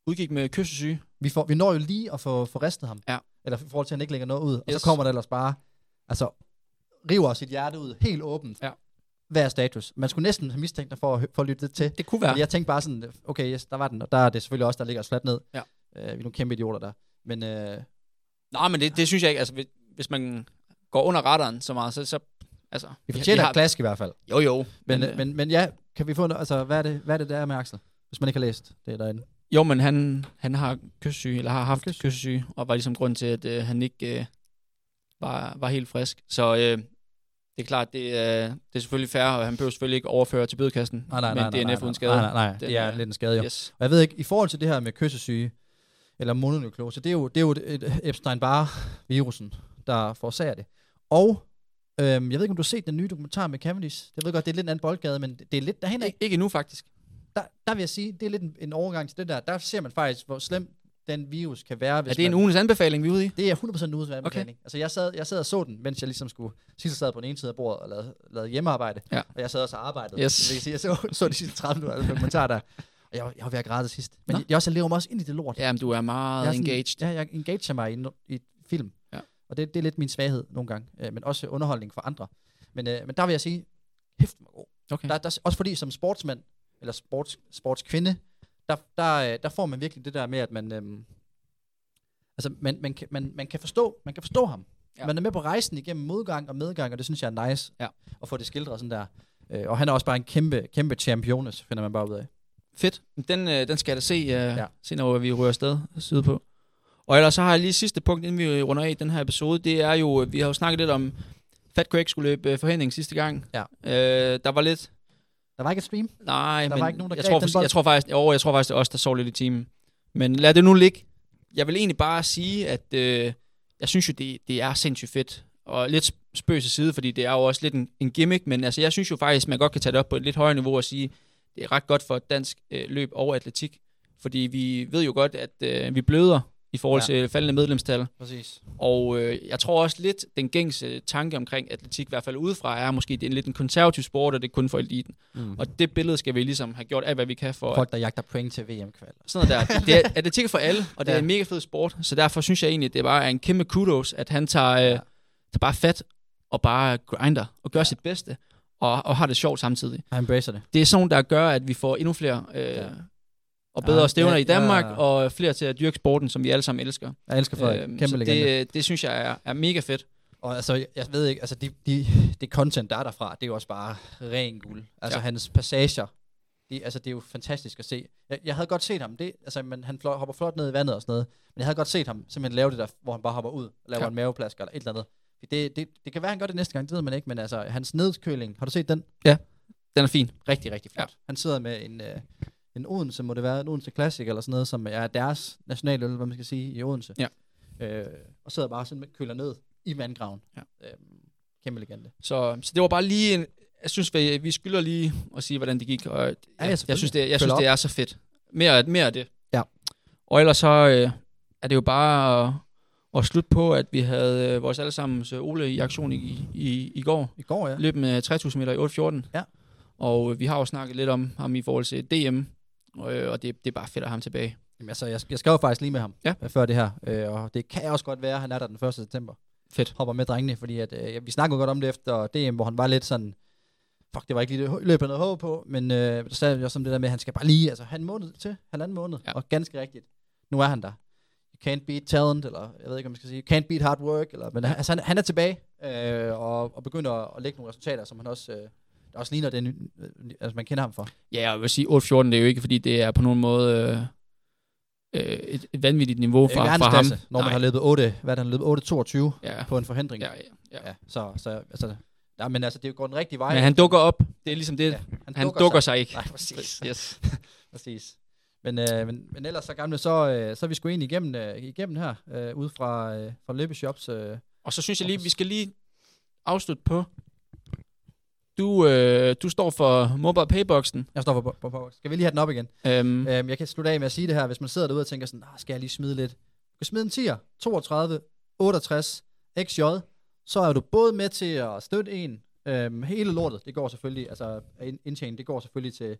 udgik med kyssesyge. Vi, får, vi når jo lige at få, få ristet ham. Ja. Eller i forhold til, at han ikke lægger noget ud. Og så Yes. kommer der ellers bare, altså, river sit hjerte ud helt åbent. Ja. Hvad er status? Man skulle næsten have mistænkt dig for at, hø- for at lytte det til. Det kunne Ja. være. Jeg tænkte bare sådan, okay, yes, der var den, og der er det selvfølgelig også, der ligger os fladt ned. Ja. Øh, vi er nogle kæmpe idioter der. Men øh, Nej, men det, det synes jeg ikke. Altså, hvis, hvis man går under radaren så meget, så... så altså, vi fortjener har- et klask i hvert fald. Jo, jo. Men, men, øh, men, men, men ja, kan vi få, noget- altså, hvad er, det, hvad er det der er med Axel? Hvis man ikke har læst det derinde. Jo, men han, han har kyssesyge, eller har haft Kyssesyge. kyssesyge, og var ligesom grund til, at øh, han ikke øh, var, var helt frisk. Så øh, det er klart, det, øh, det er selvfølgelig fair, og han behøver selvfølgelig ikke overføre til bødekassen. Nej, nej, men nej, nej, DNF nej, uden nej, skade. nej, nej, nej, det er lidt en skade, jo. Yes. Og jeg ved ikke, i forhold til det her med kyssesyge, eller mononukleose, det er jo, det er jo et- et Epstein-Barr-virusen, der forårsager det. Og øhm, jeg ved ikke, om du har set den nye dokumentar med Cavendish. Jeg ved godt, det er lidt en anden boldgade, men det er lidt derhen af. Ik- ikke endnu faktisk. Der, der vil jeg sige, det er lidt en, en overgang til det der. Der ser man faktisk, hvor slem den virus kan være. Hvis Er det en man, ugens anbefaling, vi er ude i? det er 100% en udvalgbehandling. Okay. Altså, jeg sad, jeg sad og så den, mens jeg ligesom skulle... Sidst sad jeg på den ene side af bordet og lavede, lavede hjemmearbejde, Ja. og jeg sad også og arbejdede. Yes. Så det kan sige, jeg så, så de sidste 30 minutter af den dokumentar der. Og jeg, var- jeg var ved at græde til sidst. Men Nå. jeg, jeg, også, jeg lever mig også ind i det lort. Jamen, du er meget jeg er er engaged. Sådan, ja, jeg engagerer mig i, no- i film. Ja. Og det, det er lidt min svaghed nogle gange, øh, men også underholdning for andre. Men, øh, men der vil jeg sige, hæft mig god. Okay. Der, der, også fordi som sportsmand, eller sports, sportskvinde, der, der, øh, der får man virkelig det der med, at man, øhm, altså, man, man, kan, man, man, kan forstå, man kan forstå ham. Ja. Ja. Man er med på rejsen igennem modgang og medgang, og det synes jeg er nice Ja. at få det skildret sådan der. Øh, og han er også bare en kæmpe, kæmpe championes, finder man bare ud af. Fedt. Den, øh, den skal jeg da se, øh, ja. Ja. se, når vi rører afsted sydpå. Og ellers så har jeg lige sidste punkt, inden vi runder af i den her episode. Det er jo, øh, vi har jo snakket lidt om, Fat Craig skulle løbe øh, forhindring sidste gang. Ja. Øh, der var lidt... Der var ikke et stream. Nej, Der men var ikke nogen, der jeg, greb tror, den faks- bold. jeg tror faktisk, jo, jeg tror faktisk, det er os, der sov lidt i timen. Men lad det nu ligge. Jeg vil egentlig bare sige, at øh, jeg synes jo, det, det er sindssygt fedt. Og lidt sp- spøg til side, fordi det er jo også lidt en, en gimmick, men altså, jeg synes jo faktisk, man godt kan tage det op på et lidt højere niveau og sige, det er ret godt for et dansk øh, løb over atletik. Fordi vi ved jo godt, at øh, vi bløder i forhold ja. Ja. til faldende medlemstal. Præcis. Og øh, jeg tror også lidt, den gængse tanke omkring atletik, i hvert fald udefra, er måske, det er en lidt en konservativ sport, og det er kun for eliten. Mm. Mm. Og det billede skal vi ligesom have gjort af, hvad vi kan for... Folk, der jagter point til VM-kval. Sådan noget der. Det [laughs] er, atletik er for alle, og det ja. er Ja. en mega fed sport. Så derfor synes jeg egentlig, det bare er en kæmpe kudos, at han tager, øh, Ja. tager bare fat og bare grinder og gør ja. sit bedste. Og, og har det sjovt samtidig. Han embracer det. Det er sådan, nogle, der gør, at vi får endnu flere øh, ja. og bedre Ja, stævner ja, i Danmark, ja. og flere til at dyrke sporten, som vi alle sammen elsker. Jeg elsker Frederik. så Øhm, Kæmpe legende. Det, det, det synes jeg er, er mega fedt. og altså, jeg- jeg ved ikke, altså de, de, det content, der er derfra, det er jo også bare ren guld. Altså Ja. ja. hans passager, det, altså, det er jo fantastisk at se. Jeg, jeg havde godt set ham, det, altså, men han fløj, hopper flot ned i vandet og sådan noget, men jeg havde godt set ham simpelthen lave det der, hvor han bare hopper ud og laver Ja. ja. en maveplask eller et eller andet. Det, det, det kan være, han gør det næste gang, det ved man ikke, men altså, hans nedkøling, har du set den? Den er fin. Rigtig, rigtig flot. Ja. Ja. Han sidder med en, øh, en Odense, må det være, en Odense Classic eller sådan noget, som er deres nationaløl, hvad man skal sige, i Odense. Ja. Øh, og sidder bare sådan med køler ned i vandgraven. Ja. Øhm, kæmpe legende. Så, så det var bare lige en... Jeg synes, vi, vi skylder lige at sige, hvordan det gik. Og, jeg, jeg selvfølgelig. synes, det, jeg Følg synes, op. det er så fedt. Mere, mere af det. Ja. Og ellers så øh, er det jo bare at, at slutte på, at vi havde øh, vores allesammens øh, Ole i aktion i, i, i går. I går, ja. Løb med 3.000 meter i 8.14. Ja. Og øh, vi har jo snakket lidt om ham i forhold til DM. Og, øh, og det, det er bare fedt at have ham tilbage. Jamen, altså, jeg, jeg skrev faktisk lige med ham Ja. øh, før det her, øh, og det kan også godt være, at han er der den 1. september. Fedt. Hopper med drengene, fordi at, øh, ja, vi snakkede godt om det efter DM, hvor han var lidt sådan, fuck, det var ikke lige det hå- løb, han havde håbet på, men øh, så sagde vi også om det der med, at han skal bare lige, altså han måned til, halvanden måned, Ja. ja. og ganske rigtigt, nu er han der. You can't beat talent, eller jeg ved ikke, om man skal sige, you can't beat hard work, eller, men altså, han, han er tilbage, øh, og, og begynder at, at lægge nogle resultater, som han også, øh, der også ligner den, øh, altså man kender ham for. Ja, og jeg vil sige, 8.14, det er jo ikke, fordi det er på nogen måde... Øh, øh, et, et vanvittigt niveau Ikke fra, fra ham. Øh, verdensklasse, Når man Nej. har løbet 8, hvad er det, han har løbet 8.22 Ja. på en forhindring. Ja, ja, ja. Ja, så, så altså, nej, men altså, det går den rigtige vej. Men han dukker op. Det er ligesom det. Ja, han, han dukker, dukker sig. sig ikke. [laughs] Nej, præcis. [laughs] Yes. præcis. Men, øh, men, men ellers så gamle, så, øh, så er vi sgu egentlig igennem, øh, igennem her, øh, ude fra, øh, fra Løbeshops. Øh. Og så synes jeg lige, vi skal lige afslutte på. Du, øh, du står for mobile payboxen. Jeg står på, på, på, Skal vi lige have den op igen? Øhm, ja. Øhm, jeg kan slutte af med at sige det her, hvis man sidder derude og tænker sådan, "Ah, skal jeg lige smide lidt? Du kan smide en 10'er, 32, 68, XJ, så er du både med til at støtte en, øhm, hele lortet, det går selvfølgelig, altså ind- indtjening, det går selvfølgelig til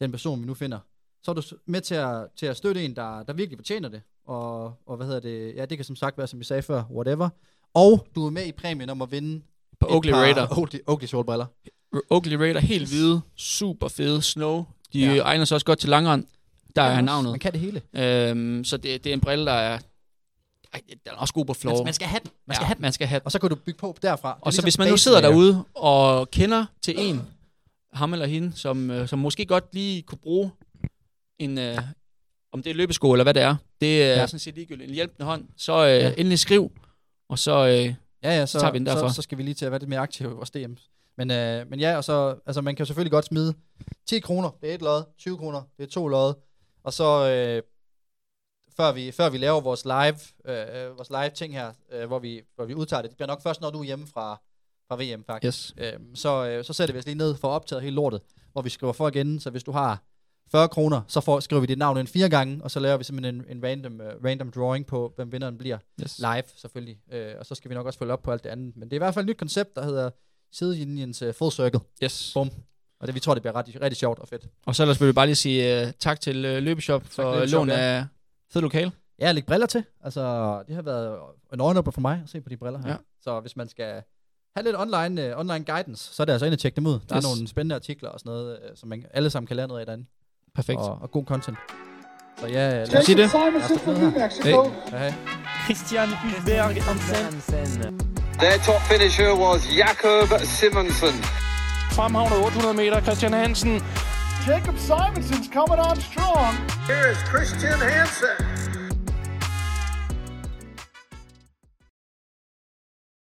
den person, vi nu finder. Så er du s- med til at, til at støtte en, der, der virkelig fortjener det, og, og hvad hedder det, ja, det kan som sagt være, som vi sagde før, whatever. Og du er med i præmien om at vinde På Oakley Raider. Oakley, Oakley solbriller. Oakley Raider, helt hvide, super fede, snow. De ja. Ja. egner sig også godt til langrand. Der er navnet. Man kan det hele. Øhm, så det, det er en brille, der er... Ej, den er også god på floor. Man, man skal have den. Man skal ja, have den. man skal have den. Og så kan du bygge på derfra. Det er Og så ligesom hvis man nu base sidder layer. derude og kender til en, ham eller hende, som, øh, som måske godt lige kunne bruge en, øh, om det er løbesko eller hvad det er, det øh, er ja. Ja. sådan set ligegyldigt, en hjælpende hånd, så øh, ja. endelig skriv, og så øh, Ja, ja, så, så tager vi den derfra. Så, så skal vi lige til at være lidt mere aktive i vores DM's. Men, øh, men ja, og så, altså man kan selvfølgelig godt smide 10 kroner, det er et lod, 20 kroner, det er to lod, og så øh, før, vi, før vi laver vores live, øh, øh, vores live ting her, øh, hvor, vi, hvor vi udtager det, det bliver nok først, når du er hjemme fra, fra VM faktisk, Yes. øh, så, øh, så sætter vi os lige ned for optaget hele lortet, hvor vi skriver folk inden, så hvis du har 40 kroner, så får, skriver vi dit navn ind fire gange, og så laver vi simpelthen en, en random, øh, random drawing på, hvem vinderen bliver Yes. live selvfølgelig, øh, og så skal vi nok også følge op på alt det andet. Men det er i hvert fald et nyt koncept, der hedder sidelinjens øh, full circle, yes. og det vi tror, det bliver ret, rigtig sjovt og fedt. Og så ellers vil vi bare lige sige uh, tak til uh, Løbeshop for Løbeshop, lån ja. af fed lokal. Ja, læg briller til. Altså, det har været en øjenåbner for mig at se på de briller her. Ja. Så hvis man skal have lidt online, øh, online guidance, så er det altså ind og tjekke dem ud. Der er Yes. nogle spændende artikler og sådan noget, øh, som man alle sammen kan lære noget af derinde. Perfekt. Og, og god content. Så ja, lad os Lad os sige det. Simonson from New Mexico. Ja, hej. Christian Hulberg Hansen Their top finisher was Jakob Simonsen. fremhavner 800 meter, Christian Hansen Jacob Simonson's coming on strong. Here is Christian Hansen.